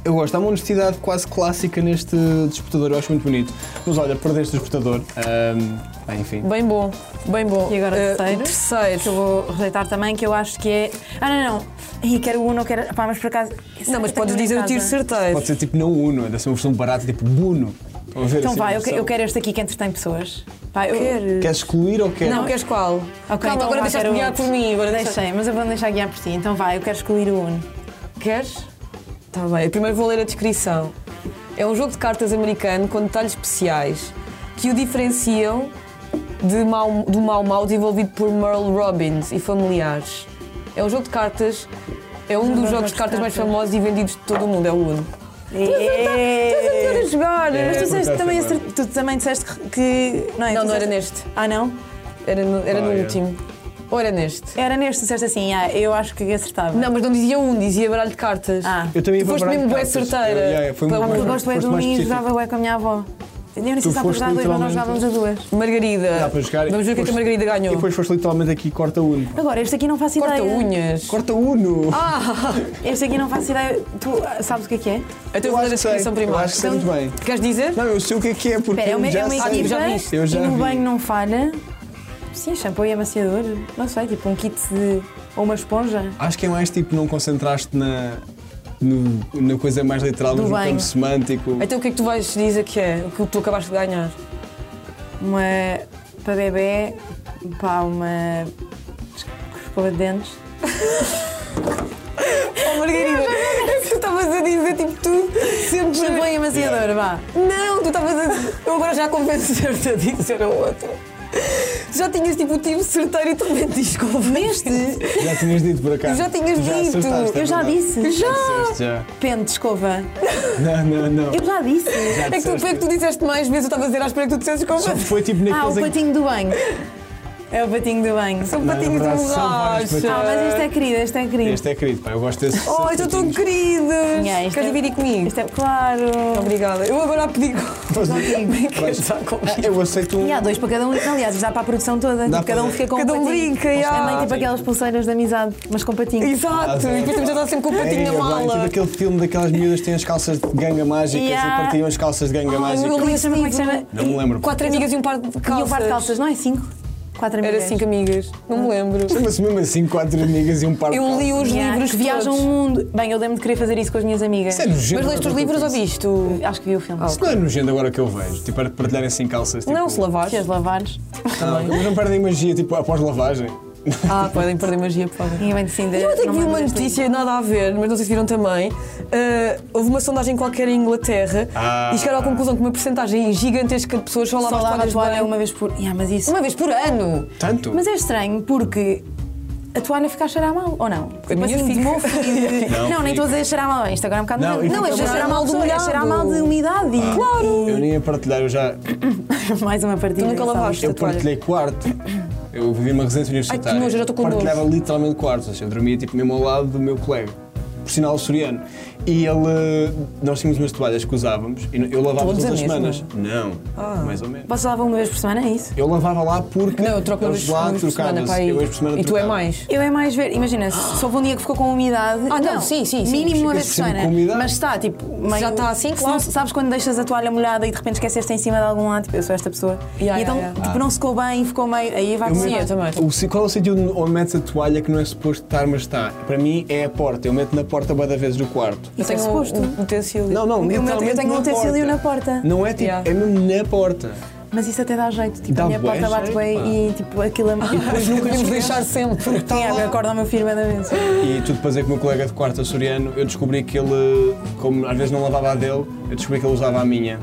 [SPEAKER 2] eu gosto. Há uma honestidade quase clássica neste despertador, eu acho muito bonito. Mas olha, perdeste o despertador. ahm, bem, enfim.
[SPEAKER 1] Bem bom. Bem bom.
[SPEAKER 3] E agora o
[SPEAKER 1] Eh,
[SPEAKER 3] terceiro?
[SPEAKER 1] o terceiro.
[SPEAKER 3] Que eu vou rejeitar também, que eu acho que é. Ah, não, não. Ih, quero o Uno, quero. Pá, mas por acaso. esse
[SPEAKER 1] Não,
[SPEAKER 3] eu
[SPEAKER 1] mas
[SPEAKER 3] tenho
[SPEAKER 1] podes
[SPEAKER 3] em
[SPEAKER 1] dizer o
[SPEAKER 3] casa.
[SPEAKER 1] tiro certeiro.
[SPEAKER 2] Pode ser tipo não Uno, deve ser uma versão barata, tipo Buno. Vamos ver
[SPEAKER 3] Então
[SPEAKER 2] assim,
[SPEAKER 3] vai,
[SPEAKER 2] uma
[SPEAKER 3] eu, que- eu
[SPEAKER 2] versão.
[SPEAKER 3] quero este aqui que entretém pessoas. Pá, eu.
[SPEAKER 1] Queres?
[SPEAKER 2] Queres excluir ou queres?
[SPEAKER 1] Não, queres qual? Calma,
[SPEAKER 3] então
[SPEAKER 1] agora
[SPEAKER 3] vá,
[SPEAKER 1] deixaste
[SPEAKER 3] quero
[SPEAKER 1] guiar
[SPEAKER 3] outro.
[SPEAKER 1] por mim. Agora deixa-
[SPEAKER 3] Deixei, mas eu vou deixar guiar por ti. Então vai, eu quero excluir o Uno.
[SPEAKER 1] Queres? Tá bem. Eu primeiro vou ler a descrição. É um jogo de cartas americano com detalhes especiais que o diferenciam de Mau- do Mau Mau desenvolvido por Merle Robbins e familiares. É um jogo de cartas. É um dos
[SPEAKER 3] adoro
[SPEAKER 1] jogos de cartas mais famosos e vendidos de todo o mundo, é o Uno.
[SPEAKER 3] um É.
[SPEAKER 1] Estás a melhor a
[SPEAKER 3] Mas
[SPEAKER 1] jogar!
[SPEAKER 2] É,
[SPEAKER 3] tu
[SPEAKER 2] por
[SPEAKER 3] disseste
[SPEAKER 2] acaso também.
[SPEAKER 3] também, acert- tu também disseste que- que. Não, é,
[SPEAKER 1] Não,
[SPEAKER 3] tu
[SPEAKER 1] não era
[SPEAKER 3] disseste-
[SPEAKER 1] neste.
[SPEAKER 3] Ah, não?
[SPEAKER 1] Era no, era no
[SPEAKER 2] Ah, é.
[SPEAKER 1] último. Ou era neste?
[SPEAKER 3] Era neste, tu disseste assim, ah, eu acho que acertava.
[SPEAKER 1] Não, mas não dizia um, dizia baralho de cartas.
[SPEAKER 3] Ah.
[SPEAKER 2] Eu também ia
[SPEAKER 1] Tu foste
[SPEAKER 2] para
[SPEAKER 1] mesmo bué
[SPEAKER 2] cartas.
[SPEAKER 1] certeira.
[SPEAKER 2] Eu- yeah, foi
[SPEAKER 1] Para
[SPEAKER 2] muito
[SPEAKER 1] um-
[SPEAKER 2] mais-
[SPEAKER 3] Eu gosto bem
[SPEAKER 2] foste
[SPEAKER 3] do
[SPEAKER 2] mais
[SPEAKER 3] Uno e
[SPEAKER 2] específico.
[SPEAKER 3] jogava bem com a minha avó. Eu nem sei se
[SPEAKER 2] Tu
[SPEAKER 3] dá para
[SPEAKER 2] foste
[SPEAKER 3] jogar a dois, mas nós
[SPEAKER 2] literalmente-
[SPEAKER 3] jogávamos a duas.
[SPEAKER 1] Margarida,
[SPEAKER 2] Dá para jogar.
[SPEAKER 1] vamos ver o que é que a
[SPEAKER 2] Foste-
[SPEAKER 1] Margarida
[SPEAKER 2] E
[SPEAKER 1] ganhou.
[SPEAKER 2] depois foste literalmente aqui corta Uno.
[SPEAKER 3] Agora, este aqui não faço
[SPEAKER 1] Corta
[SPEAKER 3] ideia.
[SPEAKER 1] unhas.
[SPEAKER 2] Corta Uno!
[SPEAKER 1] Ah!
[SPEAKER 3] Este aqui não faço ideia. Tu ah, sabes o que é que é?
[SPEAKER 1] Até
[SPEAKER 2] Eu
[SPEAKER 1] Então vou ler a
[SPEAKER 2] acho que sei,
[SPEAKER 1] descrição
[SPEAKER 2] eu
[SPEAKER 1] primeiro.
[SPEAKER 2] acho que sei muito bem.
[SPEAKER 1] Queres dizer?
[SPEAKER 2] Não, eu sei o que é que é, porque
[SPEAKER 3] Espera, é uma,
[SPEAKER 2] eu já
[SPEAKER 3] é uma
[SPEAKER 2] sei.
[SPEAKER 3] equipa
[SPEAKER 1] já vi isto.
[SPEAKER 2] Eu já
[SPEAKER 3] e no
[SPEAKER 2] vi.
[SPEAKER 3] banho não falha. Sim, shampoo e amaciador. Não sei, tipo um kit de... ou uma esponja.
[SPEAKER 2] Acho que é mais tipo, não concentraste na, no- na coisa mais literal,
[SPEAKER 3] Do
[SPEAKER 2] mas no
[SPEAKER 3] banho.
[SPEAKER 2] campo semântico.
[SPEAKER 1] Então o que é que tu vais dizer que é? O que tu acabaste de ganhar?
[SPEAKER 3] Uma para bebê, pá, uma escova de dentes.
[SPEAKER 1] Oh, Margarida! estavas a dizer tipo tudo, sempre
[SPEAKER 3] Champanhe amaciador, vá.
[SPEAKER 1] Não, tu estavas a dizer. Eu agora já convenceu-te a dizer a outra. Já tinhas tipo o tipo certeiro e de repente diz convenceste.
[SPEAKER 2] Já tinhas dito por acaso.
[SPEAKER 1] Já tinhas dito.
[SPEAKER 2] acertaste, é
[SPEAKER 3] Eu já
[SPEAKER 2] verdade.
[SPEAKER 3] disse.
[SPEAKER 1] Já!
[SPEAKER 2] Disseste já.
[SPEAKER 3] Pente, escova.
[SPEAKER 2] Não, não, não.
[SPEAKER 3] Eu já disse.
[SPEAKER 2] Já
[SPEAKER 1] É que, tu,
[SPEAKER 2] disseste.
[SPEAKER 1] é que tu disseste mais vezes, eu estava a dizer à espera que tu dissesses
[SPEAKER 2] Só
[SPEAKER 1] convenceste.
[SPEAKER 2] foi tipo
[SPEAKER 3] Ah, o
[SPEAKER 2] naqueles em que-
[SPEAKER 3] patinho do banho. É o patinho do banho.
[SPEAKER 1] São
[SPEAKER 2] Não, é
[SPEAKER 1] patinhos de
[SPEAKER 2] verdade, são vários
[SPEAKER 1] borracha.
[SPEAKER 2] patinhos.
[SPEAKER 3] Ah, mas este é querido, este é querido.
[SPEAKER 2] Este é querido, pá, eu gosto desse.
[SPEAKER 1] Oh, estou tão queridos!
[SPEAKER 3] Yeah, isto
[SPEAKER 1] Queres
[SPEAKER 3] é-
[SPEAKER 1] dividir comigo?
[SPEAKER 3] Este é claro.
[SPEAKER 1] Obrigada. Eu agora a pedir
[SPEAKER 2] é.
[SPEAKER 1] brinquedo está com
[SPEAKER 2] Ah, Eu aceito um.
[SPEAKER 3] E há dois para cada um, aliás, dá para a produção
[SPEAKER 2] Dá
[SPEAKER 3] toda. tipo, cada
[SPEAKER 2] para-
[SPEAKER 3] um fica com
[SPEAKER 1] Cada
[SPEAKER 3] um
[SPEAKER 1] um
[SPEAKER 3] patinho.
[SPEAKER 1] brinca,
[SPEAKER 3] Eles
[SPEAKER 1] já.
[SPEAKER 3] Também tipo
[SPEAKER 2] Sim.
[SPEAKER 3] aquelas pulseiras de amizade, mas com patinho.
[SPEAKER 1] Exato! E depois temos de andar sempre com o patinho na mala.
[SPEAKER 2] tipo Aquele filme daquelas miúdas que têm as calças de ganga mágicas
[SPEAKER 3] Yeah.
[SPEAKER 2] e partiam as calças de ganga mágica.
[SPEAKER 1] eu
[SPEAKER 3] Como
[SPEAKER 1] li
[SPEAKER 3] é que
[SPEAKER 1] esse
[SPEAKER 3] chama- como é que
[SPEAKER 1] livro.
[SPEAKER 3] chama?
[SPEAKER 2] Não me lembro.
[SPEAKER 1] Quatro amigas e um par de calças.
[SPEAKER 3] E um par de calças, não é? Cinco? Quatro
[SPEAKER 1] Era
[SPEAKER 3] amigas.
[SPEAKER 1] cinco amigas. Não me lembro.
[SPEAKER 2] Mas mesmo assim, quatro amigas e um par de
[SPEAKER 1] Eu li
[SPEAKER 2] calças.
[SPEAKER 1] os
[SPEAKER 3] Yeah,
[SPEAKER 1] livros
[SPEAKER 3] que viajam o
[SPEAKER 1] todos.
[SPEAKER 3] mundo. Bem, eu lembro de querer fazer isso com as minhas amigas.
[SPEAKER 2] Isso é nojento.
[SPEAKER 1] Mas leste os livros ou viste? o-
[SPEAKER 3] Acho que vi o filme.
[SPEAKER 2] Isso não é nojento agora que eu vejo. Tipo, era de partilharem assim calças. Tipo,
[SPEAKER 1] Não, se lavares.
[SPEAKER 3] Se as lavares.
[SPEAKER 2] Não, mas não perdem magia, tipo, após lavagem.
[SPEAKER 1] Ah, podem perder magia, podem.
[SPEAKER 3] Tinha bem decidido.
[SPEAKER 1] Eu até que
[SPEAKER 3] não
[SPEAKER 1] vi
[SPEAKER 3] me
[SPEAKER 1] uma
[SPEAKER 3] lembro deste
[SPEAKER 1] notícia, nada a ver, mas não sei se viram também. Ah, houve uma sondagem qualquer em Inglaterra
[SPEAKER 2] Ah.
[SPEAKER 1] e chegaram à conclusão que uma porcentagem gigantesca de pessoas só
[SPEAKER 3] livro.
[SPEAKER 1] lava
[SPEAKER 3] Só
[SPEAKER 1] as
[SPEAKER 3] lava a
[SPEAKER 1] toalhas de
[SPEAKER 3] toalha
[SPEAKER 1] banho
[SPEAKER 3] uma vez por. Yeah, mas isso.
[SPEAKER 1] uma vez por ano.
[SPEAKER 2] Tanto?
[SPEAKER 3] Mas é estranho porque a toalha fica a cheirar mal, ou não? Tipo
[SPEAKER 1] minha
[SPEAKER 3] assim, de
[SPEAKER 1] fica.
[SPEAKER 3] mofo e de-
[SPEAKER 2] Não,
[SPEAKER 3] Não, nem
[SPEAKER 2] fica.
[SPEAKER 3] estou a dizer cheirar mal. Isto agora é um bocado.
[SPEAKER 2] Não,
[SPEAKER 3] Não,
[SPEAKER 2] e
[SPEAKER 3] não é
[SPEAKER 2] fica
[SPEAKER 3] cheirar
[SPEAKER 1] mal
[SPEAKER 3] mal de umidade. É
[SPEAKER 1] molhado.
[SPEAKER 3] cheirar mal de umidade.
[SPEAKER 1] é
[SPEAKER 3] e-
[SPEAKER 2] Eu nem ia partilhar, eu já.
[SPEAKER 3] E... Mais uma partida.
[SPEAKER 1] Tu nunca
[SPEAKER 3] sabe?
[SPEAKER 1] lavaste?
[SPEAKER 2] Eu
[SPEAKER 1] Esta toalha.
[SPEAKER 2] partilhei Então, quarto. Eu vivi numa residência universitária.
[SPEAKER 1] nojo, eu já estou com nojo.
[SPEAKER 2] Partilhava literalmente quartos. ou seja, Eu dormia tipo mesmo ao lado do meu colega, por sinal soriano. E ele. Nós tínhamos umas toalhas que usávamos e eu lavava
[SPEAKER 1] Todos é
[SPEAKER 2] todas
[SPEAKER 1] a
[SPEAKER 2] as
[SPEAKER 1] mesma?
[SPEAKER 2] semanas. Não, mais ou menos.
[SPEAKER 3] Vocês lavam uma vez por semana, é isso?
[SPEAKER 2] Eu lavava lá porque.
[SPEAKER 1] Não, eu troco uma
[SPEAKER 2] eles
[SPEAKER 1] vez
[SPEAKER 2] lá
[SPEAKER 1] uma vez por semana,
[SPEAKER 2] trocavam-se.
[SPEAKER 1] pá, aí.
[SPEAKER 2] Eu vez por
[SPEAKER 1] E
[SPEAKER 2] semana
[SPEAKER 1] tu é
[SPEAKER 2] trocava.
[SPEAKER 1] mais?
[SPEAKER 3] Eu é mais ver, imagina, se se houve um dia que ficou com umidade.
[SPEAKER 1] Ah, não, sim, sim, sim.
[SPEAKER 3] Mínimo uma vez por
[SPEAKER 2] Fica sempre
[SPEAKER 3] semana.
[SPEAKER 2] com umidade.
[SPEAKER 3] Mas está, tipo, meio.
[SPEAKER 1] já está assim,
[SPEAKER 3] se
[SPEAKER 1] claro.
[SPEAKER 3] não- Sabes quando deixas a toalha molhada e de repente esqueceste em cima de algum lado? Tipo, eu sou esta pessoa.
[SPEAKER 1] Yeah,
[SPEAKER 3] e então,
[SPEAKER 1] yeah, yeah.
[SPEAKER 3] tipo, não secou bem, ficou meio. Aí vai
[SPEAKER 2] Ah. Eu
[SPEAKER 3] com
[SPEAKER 1] Sim,
[SPEAKER 2] meto-
[SPEAKER 1] eu
[SPEAKER 3] umidade.
[SPEAKER 1] também.
[SPEAKER 2] o si- qual é o sítio onde- onde metes a toalha que não é suposto estar, mas está? Para mim é a porta. Eu meto na porta bué da vez do quarto.
[SPEAKER 1] Eu
[SPEAKER 3] Isso é
[SPEAKER 1] tenho
[SPEAKER 3] suposto.
[SPEAKER 1] um um utensílio.
[SPEAKER 2] Não, não,
[SPEAKER 3] Eu meto- eu
[SPEAKER 2] literalmente
[SPEAKER 3] tenho um
[SPEAKER 2] na
[SPEAKER 3] utensílio
[SPEAKER 2] porta.
[SPEAKER 3] na porta.
[SPEAKER 2] Não é tipo,
[SPEAKER 1] Yeah.
[SPEAKER 2] é mesmo na porta.
[SPEAKER 3] Mas isso até dá jeito, tipo,
[SPEAKER 2] Dá
[SPEAKER 3] a minha
[SPEAKER 2] bué
[SPEAKER 3] porta bate
[SPEAKER 2] jeito, pá. Tá
[SPEAKER 3] bem e tipo, aquilo é. E
[SPEAKER 1] Mas nunca podemos deixar sempre.
[SPEAKER 3] Quem é que acorda o meu filho bem da vez?
[SPEAKER 2] E tudo para dizer que o meu colega de quarto açoriano, eu descobri que ele, como às vezes não lavava a dele, eu descobri que ele usava a minha.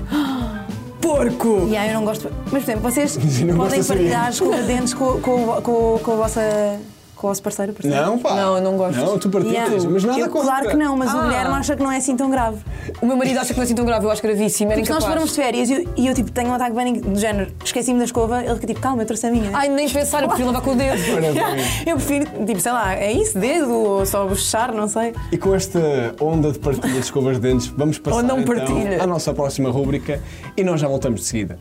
[SPEAKER 1] Porco!
[SPEAKER 3] E aí eu não gosto. Mas, por exemplo, vocês
[SPEAKER 2] não gosto assim.
[SPEAKER 3] podem
[SPEAKER 2] de saber.
[SPEAKER 3] partilhar escovedentes com, com, o vo- com, o- com, a vossa, com o vosso parceiro, parceiro?
[SPEAKER 2] Não, pá.
[SPEAKER 1] Não, eu não gosto.
[SPEAKER 2] Não, tu partilhas,
[SPEAKER 3] Yeah.
[SPEAKER 2] mas nada
[SPEAKER 3] eu,
[SPEAKER 2] contra.
[SPEAKER 3] Claro que não, mas
[SPEAKER 1] Ah.
[SPEAKER 3] o Guilherme acha que não é assim tão grave.
[SPEAKER 1] O meu marido acha que não é assim tão grave, eu acho gravíssimo. Era
[SPEAKER 3] Porque se nós
[SPEAKER 1] incapaz.
[SPEAKER 3] formos de férias e eu, e eu, tipo, tenho um ataque de pânico do género, esqueci-me da escova, ele fica tipo, calma, eu trouxe a minha.
[SPEAKER 1] Ai, nem pensar, eu prefiro lavar com o dedo.
[SPEAKER 2] Maravilha.
[SPEAKER 3] Eu prefiro, tipo, sei lá, é isso, dedo ou só bochechar, não sei.
[SPEAKER 2] E com esta onda de partilha de escovas de dentes, vamos passar
[SPEAKER 1] Ou não
[SPEAKER 2] então,
[SPEAKER 1] partilha.
[SPEAKER 2] à nossa próxima rúbrica e nós já voltamos de seguida.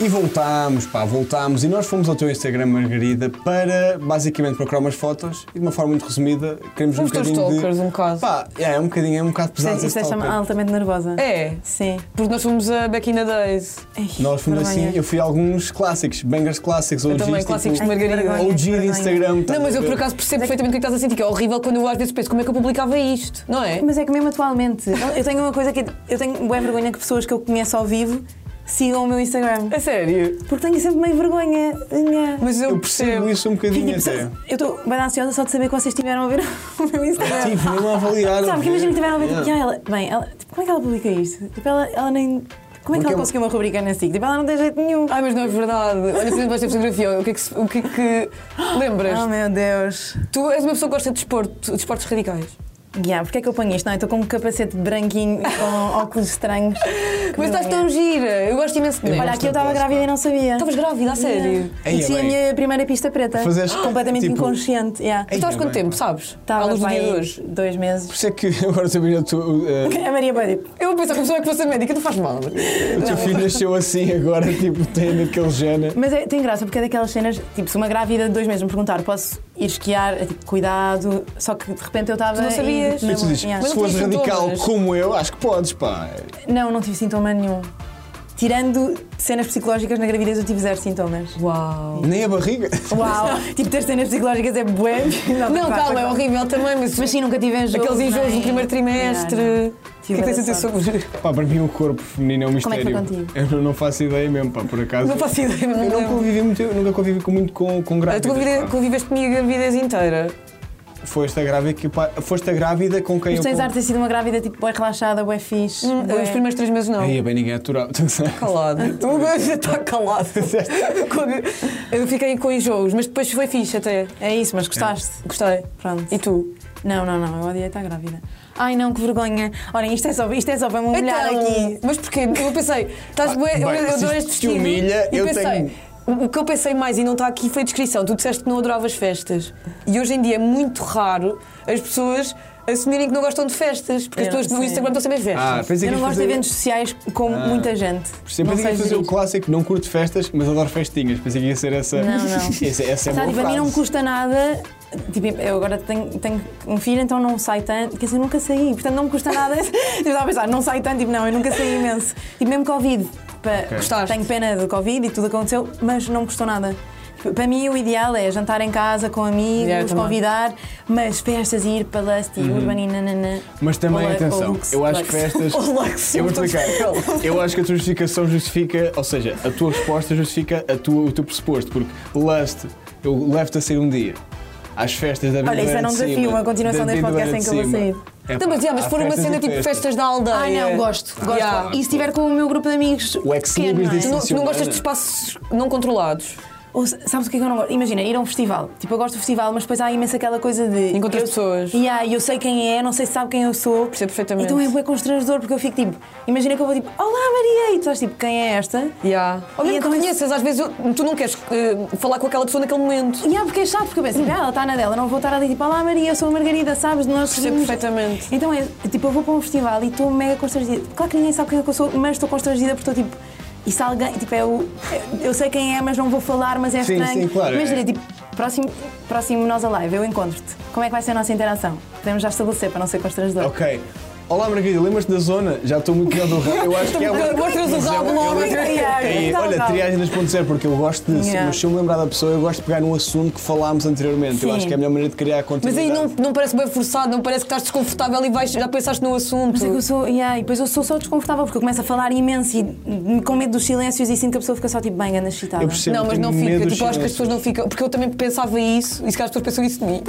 [SPEAKER 2] E voltámos, pá, voltámos. E nós fomos ao teu Instagram, Margarida, para basicamente procurar umas fotos e de uma forma muito resumida, queremos
[SPEAKER 1] Os
[SPEAKER 2] um
[SPEAKER 1] teus
[SPEAKER 2] bocadinho.
[SPEAKER 1] stalkers,
[SPEAKER 2] de...
[SPEAKER 1] um bocado.
[SPEAKER 2] Pá, é, é um bocadinho, é um bocado pesado.
[SPEAKER 3] Isso,
[SPEAKER 2] esse
[SPEAKER 3] deixa-me
[SPEAKER 2] stalker.
[SPEAKER 3] altamente nervosa.
[SPEAKER 1] É.
[SPEAKER 3] Sim.
[SPEAKER 1] Porque nós fomos a Back in the Days.
[SPEAKER 3] Ai,
[SPEAKER 2] Nós fomos
[SPEAKER 3] Ah, vergonha.
[SPEAKER 2] assim, eu fui a alguns clássicos, bangers clássicos, OGs,
[SPEAKER 1] também, clássicos de Margarida.
[SPEAKER 2] OG de
[SPEAKER 3] vergonha.
[SPEAKER 2] Instagram. tá estás
[SPEAKER 1] Não, mas
[SPEAKER 2] a
[SPEAKER 1] eu por
[SPEAKER 2] ver?
[SPEAKER 1] acaso percebo perfeitamente o que é que estás a sentir, que é horrível quando eu às vezes penso como é que eu publicava isto, não é?
[SPEAKER 3] Mas é que mesmo atualmente, eu- eu tenho uma coisa que é- eu tenho boa vergonha que pessoas que eu conheço ao vivo sigam o meu Instagram.
[SPEAKER 1] A sério.
[SPEAKER 3] Porque tenho sempre meio vergonha. Nha.
[SPEAKER 1] Mas eu,
[SPEAKER 2] Eu percebo isso um
[SPEAKER 3] Fico
[SPEAKER 2] bocadinho
[SPEAKER 3] tipo,
[SPEAKER 2] até.
[SPEAKER 3] se- eu estou bem ansiosa só de saber que vocês estiveram a ver o meu Instagram.
[SPEAKER 2] Tive mesmo a avaliar.
[SPEAKER 3] Sabe, porque imagina que tiveram a ver, tipo,
[SPEAKER 2] Yeah.
[SPEAKER 3] "Ya, ela, bem, ela, tipo, como é que ela publica isto? Tipo, ela, ela nem. Como é que
[SPEAKER 2] Porque é
[SPEAKER 3] ela
[SPEAKER 2] uma-
[SPEAKER 3] conseguiu uma rubrica na SIC? Tipo, ela não tem jeito nenhum.
[SPEAKER 1] Ai, mas não é verdade. Olha, por exemplo, esta fotografia, o que é que. se- O que, é que... Lembras?
[SPEAKER 3] Oh meu Deus.
[SPEAKER 1] Tu és uma pessoa que gosta de desporto, de esportes radicais.
[SPEAKER 3] Yeah, porque é que eu ponho isto? Não, eu estou com um capacete branquinho com óculos estranhos. Que é.
[SPEAKER 1] Mas estás
[SPEAKER 3] vergonha.
[SPEAKER 1] tão gira, eu gosto imenso de mim.
[SPEAKER 3] Olha, aqui eu estava grávida e não sabia.
[SPEAKER 2] Então,
[SPEAKER 1] Estavas grávida, a sério.
[SPEAKER 2] Ei,
[SPEAKER 3] E tinha a
[SPEAKER 2] bem.
[SPEAKER 3] minha primeira pista preta.
[SPEAKER 2] Fazeste,
[SPEAKER 3] completamente
[SPEAKER 2] tipo,
[SPEAKER 3] inconsciente. Yeah.
[SPEAKER 1] Tu Estavas
[SPEAKER 2] Ei,
[SPEAKER 1] quanto
[SPEAKER 2] bem,
[SPEAKER 1] tempo,
[SPEAKER 2] pá.
[SPEAKER 1] sabes?
[SPEAKER 3] Tava
[SPEAKER 1] à luz do
[SPEAKER 3] para
[SPEAKER 1] dia de
[SPEAKER 3] aí
[SPEAKER 1] hoje.
[SPEAKER 3] Dois meses.
[SPEAKER 2] Por isso é que agora sabia o teu, eh,
[SPEAKER 3] A Maria Boa, tipo,
[SPEAKER 1] Eu vou pensar que a pessoa é que fosse médica, não faz mal.
[SPEAKER 2] o teu filho nasceu assim agora, tipo, tem aquele género.
[SPEAKER 3] Mas é- tem graça porque é daquelas cenas, tipo, se uma grávida de dois meses me perguntar, posso ir esquiar? É tipo, cuidado. Só que de repente eu estava.
[SPEAKER 1] Tu não sabias?
[SPEAKER 2] E tu dizes,
[SPEAKER 1] Mas
[SPEAKER 2] se
[SPEAKER 1] não
[SPEAKER 2] fores
[SPEAKER 1] tinhas
[SPEAKER 2] radical
[SPEAKER 1] sintomas.
[SPEAKER 2] como eu, acho que podes, pá.
[SPEAKER 3] Não, não tive sintoma nenhum. Tirando cenas psicológicas na gravidez, eu tive zero sintomas.
[SPEAKER 1] Uau!
[SPEAKER 2] Nem a barriga.
[SPEAKER 3] Uau! tipo, ter cenas psicológicas é bué.
[SPEAKER 1] Não,
[SPEAKER 3] pá,
[SPEAKER 1] calma,
[SPEAKER 3] pá,
[SPEAKER 1] é horrível também, mas,
[SPEAKER 3] Mas sim, nunca tive é? enjoo.
[SPEAKER 1] aqueles enjoos do
[SPEAKER 3] nem-
[SPEAKER 1] primeiro
[SPEAKER 3] Nada.
[SPEAKER 1] trimestre. O que é que tens a dizer sobre.
[SPEAKER 2] Pá, para mim o corpo feminino é um
[SPEAKER 3] Como é que
[SPEAKER 2] mistério.
[SPEAKER 3] foi contigo?
[SPEAKER 2] Eu não- não faço ideia mesmo, pá, por acaso.
[SPEAKER 1] Não faço ideia, não
[SPEAKER 2] Eu
[SPEAKER 1] me
[SPEAKER 2] não
[SPEAKER 1] lembro.
[SPEAKER 2] convivi muito, eu nunca convivi com- muito
[SPEAKER 1] Ah,
[SPEAKER 2] com, com
[SPEAKER 1] Tu
[SPEAKER 2] grávidas.
[SPEAKER 1] convide-
[SPEAKER 2] pá.
[SPEAKER 1] conviveste comigo a gravidez inteira.
[SPEAKER 2] Foste a grávida, que, pá, foste a grávida com quem
[SPEAKER 3] Mas
[SPEAKER 2] eu...
[SPEAKER 3] tens
[SPEAKER 2] con-
[SPEAKER 3] ar de ter sido uma grávida, tipo, bué relaxada, bué fixe.
[SPEAKER 1] Hum,
[SPEAKER 3] bué-
[SPEAKER 1] Os primeiros três meses não.
[SPEAKER 2] Aí é bem ninguém aturava.
[SPEAKER 1] Calado. O gajo está calado. Eu fiquei com enjoos, mas depois foi fixe até.
[SPEAKER 3] É isso, mas gostaste.
[SPEAKER 1] Gostei.
[SPEAKER 3] Pronto.
[SPEAKER 1] E tu?
[SPEAKER 3] Não, não, não, eu odiei estar grávida. Ai não, que vergonha. Olhem, isto é só, isto é só para me humilhar
[SPEAKER 2] Então,
[SPEAKER 3] aqui.
[SPEAKER 1] Então, Mas porquê? Eu pensei, estás
[SPEAKER 2] Ah,
[SPEAKER 1] bué, eu,
[SPEAKER 2] bem,
[SPEAKER 1] eu
[SPEAKER 2] se
[SPEAKER 1] adoro
[SPEAKER 2] isto
[SPEAKER 1] este
[SPEAKER 2] te
[SPEAKER 1] vestido.
[SPEAKER 2] humilha,
[SPEAKER 1] e
[SPEAKER 2] eu
[SPEAKER 1] pensei,
[SPEAKER 2] tenho-
[SPEAKER 1] o- O que eu pensei mais e não está aqui foi a descrição. Tu disseste que não adoravas festas. E hoje em dia é muito raro as pessoas assumirem que não gostam de festas. Porque
[SPEAKER 3] Eu
[SPEAKER 1] as pessoas
[SPEAKER 3] não
[SPEAKER 1] no
[SPEAKER 3] sei.
[SPEAKER 1] Instagram estão sempre em
[SPEAKER 2] É, Ah,
[SPEAKER 1] festas.
[SPEAKER 2] pensei
[SPEAKER 3] Eu
[SPEAKER 2] que
[SPEAKER 3] não
[SPEAKER 2] ias
[SPEAKER 3] gosto
[SPEAKER 2] fazer-
[SPEAKER 3] de eventos sociais com
[SPEAKER 2] Ah.
[SPEAKER 3] muita gente.
[SPEAKER 2] Sempre pensei
[SPEAKER 3] não
[SPEAKER 2] que
[SPEAKER 3] sei é
[SPEAKER 2] ia fazer o
[SPEAKER 3] gerir.
[SPEAKER 2] clássico, não curto festas, mas adoro festinhas. Pensei que ia ser essa.
[SPEAKER 3] Não, não.
[SPEAKER 2] Essa, essa é
[SPEAKER 3] Sabe,
[SPEAKER 2] uma
[SPEAKER 3] tipo, a mim não me
[SPEAKER 2] frase.
[SPEAKER 3] custa nada. Tipo, eu agora tenho, tenho um filho, então não sai tanto. Quer dizer, nunca saí, portanto não me custa nada. eu estava a pensar, não sai tanto, tipo, não, eu nunca saí imenso. Tipo, mesmo Covid. pá,
[SPEAKER 1] Gostaste?
[SPEAKER 3] Tenho pena do Covid e tudo aconteceu, mas não me custou nada. P- Para mim, o ideal é jantar em casa com amigos,
[SPEAKER 1] Yeah, também.
[SPEAKER 3] convidar, mas festas, ir para Lusty, Urban e nananã.
[SPEAKER 2] Mas Uhum. também,
[SPEAKER 3] Ou Lu- ou
[SPEAKER 2] atenção,
[SPEAKER 3] Lux,
[SPEAKER 2] eu acho que
[SPEAKER 3] Lux.
[SPEAKER 2] festas.
[SPEAKER 1] Olá, que
[SPEAKER 2] Eu vou
[SPEAKER 1] sim,
[SPEAKER 2] explicar. Eu acho que a tua justificação justifica, ou seja, a tua resposta justifica a tua, o teu pressuposto, porque lust, eu levo-te a sair um dia. Às festas da vida.
[SPEAKER 3] Olha, isso era um desafio, uma continuação deste podcast em que eu vou
[SPEAKER 1] Então, mas, yeah, mas for uma
[SPEAKER 2] é
[SPEAKER 1] cena tipo festas da aldeia.
[SPEAKER 3] Ai, Ah, não, gosto. gosto.
[SPEAKER 1] Yeah.
[SPEAKER 3] E se estiver com o meu grupo de amigos.
[SPEAKER 2] O ex
[SPEAKER 3] pequeno,
[SPEAKER 2] libris
[SPEAKER 3] não é?
[SPEAKER 2] disse
[SPEAKER 1] Tu não, tu não
[SPEAKER 2] Funciona.
[SPEAKER 1] gostas de espaços não controlados.
[SPEAKER 3] Ou, se- sabes o que é que eu não gosto? Imagina, ir a um festival. Tipo, eu gosto do festival, mas depois há imensa aquela coisa de.
[SPEAKER 1] Encontras
[SPEAKER 3] eu,
[SPEAKER 1] pessoas.
[SPEAKER 3] Yeah, e eu sei quem é, não sei se sabe quem eu sou.
[SPEAKER 1] Percebo perfeitamente.
[SPEAKER 3] Então é bué constrangedor, porque eu fico tipo. Imagina que eu vou tipo, Olá Maria! E tu estás tipo, quem é esta?
[SPEAKER 1] Yeah. Ou
[SPEAKER 3] E
[SPEAKER 1] mesmo
[SPEAKER 3] então
[SPEAKER 1] que
[SPEAKER 3] isso-
[SPEAKER 1] conheças, às vezes eu- tu não queres eh, falar com aquela pessoa naquele momento.
[SPEAKER 3] E yeah, porque é chato, porque eu penso, ah, ela está na dela, não vou estar ali tipo, olá Maria, eu sou a Margarida, sabes? Nós
[SPEAKER 1] Percebo
[SPEAKER 3] somos-"
[SPEAKER 1] perfeitamente.
[SPEAKER 3] Então é, tipo, eu vou para um festival e estou mega constrangida. Claro que ninguém sabe quem é que eu sou, mas estou constrangida porque estou tipo, e se alguém, tipo, é o, eu sei quem é, mas não vou falar, mas é
[SPEAKER 2] Sim,
[SPEAKER 3] estranho.
[SPEAKER 2] sim, claro,
[SPEAKER 3] Imagina,
[SPEAKER 2] é.
[SPEAKER 3] tipo, próximo, próximo nós a live, eu encontro-te. Como é que vai ser a nossa interação? Podemos já estabelecer para não ser constrangedor.
[SPEAKER 2] Ok. Olá, Margarida, lembras-te da zona? Já estou muito melhor do rabo. Eu acho que é uma.
[SPEAKER 1] Mostras o
[SPEAKER 2] Mas
[SPEAKER 1] rabo
[SPEAKER 2] eu-
[SPEAKER 1] logo.
[SPEAKER 2] eu- É, olha, triagem 2.0, porque eu gosto de.
[SPEAKER 3] Yeah.
[SPEAKER 2] Mas se eu me lembrar da pessoa, eu gosto de pegar num assunto que falámos anteriormente. Eu
[SPEAKER 3] Sim.
[SPEAKER 2] acho que é a melhor maneira de criar
[SPEAKER 1] Mas aí
[SPEAKER 2] continuidade.
[SPEAKER 1] não, não parece bem forçado, não parece que estás desconfortável e vais, já pensaste no assunto.
[SPEAKER 3] Mas é que eu sou, yeah, e depois eu sou só desconfortável porque eu começo a falar imenso e hum, com medo dos silêncios e sinto que a pessoa fica só tipo, bem, ganda excitada.
[SPEAKER 2] Eu percebo.
[SPEAKER 1] não, mas
[SPEAKER 2] tenho
[SPEAKER 1] não
[SPEAKER 2] medo
[SPEAKER 1] fica.
[SPEAKER 2] dos
[SPEAKER 1] Tipo, acho que as
[SPEAKER 2] silêncios.
[SPEAKER 1] pessoas não ficam. Porque eu também pensava isso e se calhar as pessoas pensam isso de mim.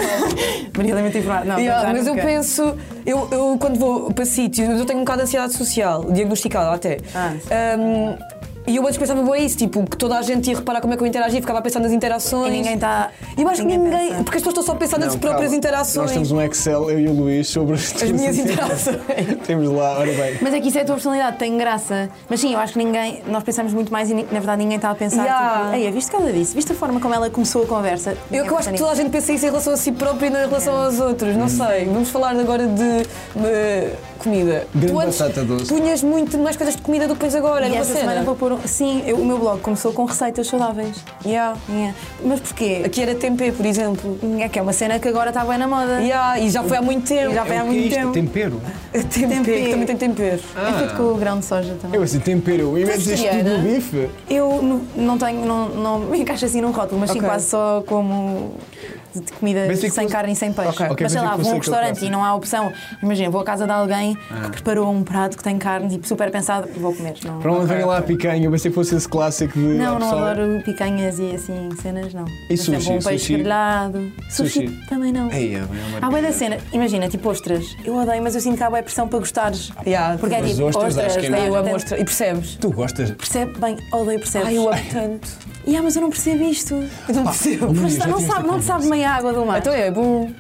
[SPEAKER 3] Maria da Mente Informada. Não,
[SPEAKER 1] Yeah,
[SPEAKER 3] pensar
[SPEAKER 1] mas eu
[SPEAKER 3] Ah, nunca.
[SPEAKER 1] penso, eu, eu quando vou para sítios, eu tenho um bocado de ansiedade social, diagnosticada até.
[SPEAKER 3] Ah.
[SPEAKER 1] Ahm, e eu antes pensava bem isso, tipo, que toda a gente ia reparar como é que eu interagi, ficava a pensar nas interações.
[SPEAKER 3] E ninguém está.
[SPEAKER 1] E eu acho que tá- ninguém.
[SPEAKER 3] pensa.
[SPEAKER 1] Porque as pessoas estão só a pensar nas
[SPEAKER 2] Não,
[SPEAKER 1] próprias
[SPEAKER 2] calma.
[SPEAKER 1] interações.
[SPEAKER 2] Nós temos um Excel, eu e o Luís, sobre as,
[SPEAKER 1] As minhas interações.
[SPEAKER 2] Temos lá, olha bem.
[SPEAKER 3] Mas é que isso é a tua personalidade, tem graça. Mas sim, eu acho que ninguém. Nós pensamos muito mais e ni- na verdade ninguém está a pensar.
[SPEAKER 1] Yeah.
[SPEAKER 3] Tipo, Ei, viste o que ela disse? Viste a forma como ela começou a conversa?
[SPEAKER 1] Eu que eu acho que toda a gente pensa isso em relação a si própria e não em relação aos outros, não sei. Vamos falar agora de eh, comida.
[SPEAKER 2] Grande
[SPEAKER 1] tu antes
[SPEAKER 2] batata doce.
[SPEAKER 1] punhas muito mais coisas de comida do que pões agora,
[SPEAKER 3] E
[SPEAKER 1] era uma
[SPEAKER 3] esta semana
[SPEAKER 1] cena.
[SPEAKER 3] vou pôr. um- Sim, eu- o meu blog começou com receitas saudáveis.
[SPEAKER 1] Yeah.
[SPEAKER 3] Yeah. Mas porquê?
[SPEAKER 1] Aqui era tempê, por exemplo.
[SPEAKER 3] É que é uma cena que agora está bem na moda.
[SPEAKER 1] Yeah, e já foi há muito tempo.
[SPEAKER 3] E já foi há
[SPEAKER 2] O que
[SPEAKER 3] muito
[SPEAKER 2] é isto?
[SPEAKER 3] tempo.
[SPEAKER 2] Tempero?
[SPEAKER 1] Tempê,
[SPEAKER 3] Tempê.
[SPEAKER 1] que também tem tempero.
[SPEAKER 3] É feito com o grão de soja também.
[SPEAKER 2] Eu assim, tempero, e metes este tipo
[SPEAKER 3] vegetariana?
[SPEAKER 2] de bife.
[SPEAKER 3] Eu nu- não tenho, não, não me encaixo assim num rótulo, mas sim
[SPEAKER 1] Ok.
[SPEAKER 3] quase só como de de comida
[SPEAKER 2] Pensei que
[SPEAKER 3] sem
[SPEAKER 2] fosse-
[SPEAKER 3] carne e sem peixe.
[SPEAKER 2] Ok. Ok,
[SPEAKER 3] mas sei
[SPEAKER 2] pensei
[SPEAKER 3] lá,
[SPEAKER 2] que
[SPEAKER 3] vou a um
[SPEAKER 2] fosse aquele
[SPEAKER 3] restaurante
[SPEAKER 2] prato.
[SPEAKER 3] e não há opção. Imagina, vou à casa de alguém
[SPEAKER 2] Ah.
[SPEAKER 3] que preparou um prato que tem carne, tipo super pensado, e vou comer. Não,
[SPEAKER 2] Pronto, venha lá a picanha, eu pensei que fosse esse clássico de.
[SPEAKER 3] não,
[SPEAKER 2] a
[SPEAKER 3] não
[SPEAKER 2] pessoa-
[SPEAKER 3] adoro picanhas e assim, cenas não.
[SPEAKER 2] E
[SPEAKER 3] Mas sempre
[SPEAKER 2] sushi,
[SPEAKER 3] um peixe
[SPEAKER 2] sushi?
[SPEAKER 3] grelhado. Sushi,
[SPEAKER 2] Sushi?
[SPEAKER 3] também não.
[SPEAKER 2] Ei, é bem, é uma
[SPEAKER 3] Há boa da
[SPEAKER 2] maravilha.
[SPEAKER 3] cena, imagina, tipo ostras. Eu odeio, mas eu sinto que há boa pressão para gostares.
[SPEAKER 1] Yeah,
[SPEAKER 3] Porque é
[SPEAKER 2] Mas
[SPEAKER 3] tipo,
[SPEAKER 2] ostras,
[SPEAKER 3] ostras,
[SPEAKER 2] acho que é
[SPEAKER 3] tem-
[SPEAKER 1] eu amo
[SPEAKER 3] tem-
[SPEAKER 1] ostra. E percebes?
[SPEAKER 2] Tu gostas?
[SPEAKER 3] Percebe bem, odeio, percebes.
[SPEAKER 1] Ai, eu amo tanto.
[SPEAKER 3] E ah, mas eu não percebo isto.
[SPEAKER 1] Eu não percebo.
[SPEAKER 2] Ui,
[SPEAKER 3] Mas
[SPEAKER 2] já
[SPEAKER 3] não
[SPEAKER 2] tive esta
[SPEAKER 3] sabe, não sabe meia água do mar.
[SPEAKER 1] Então é bom.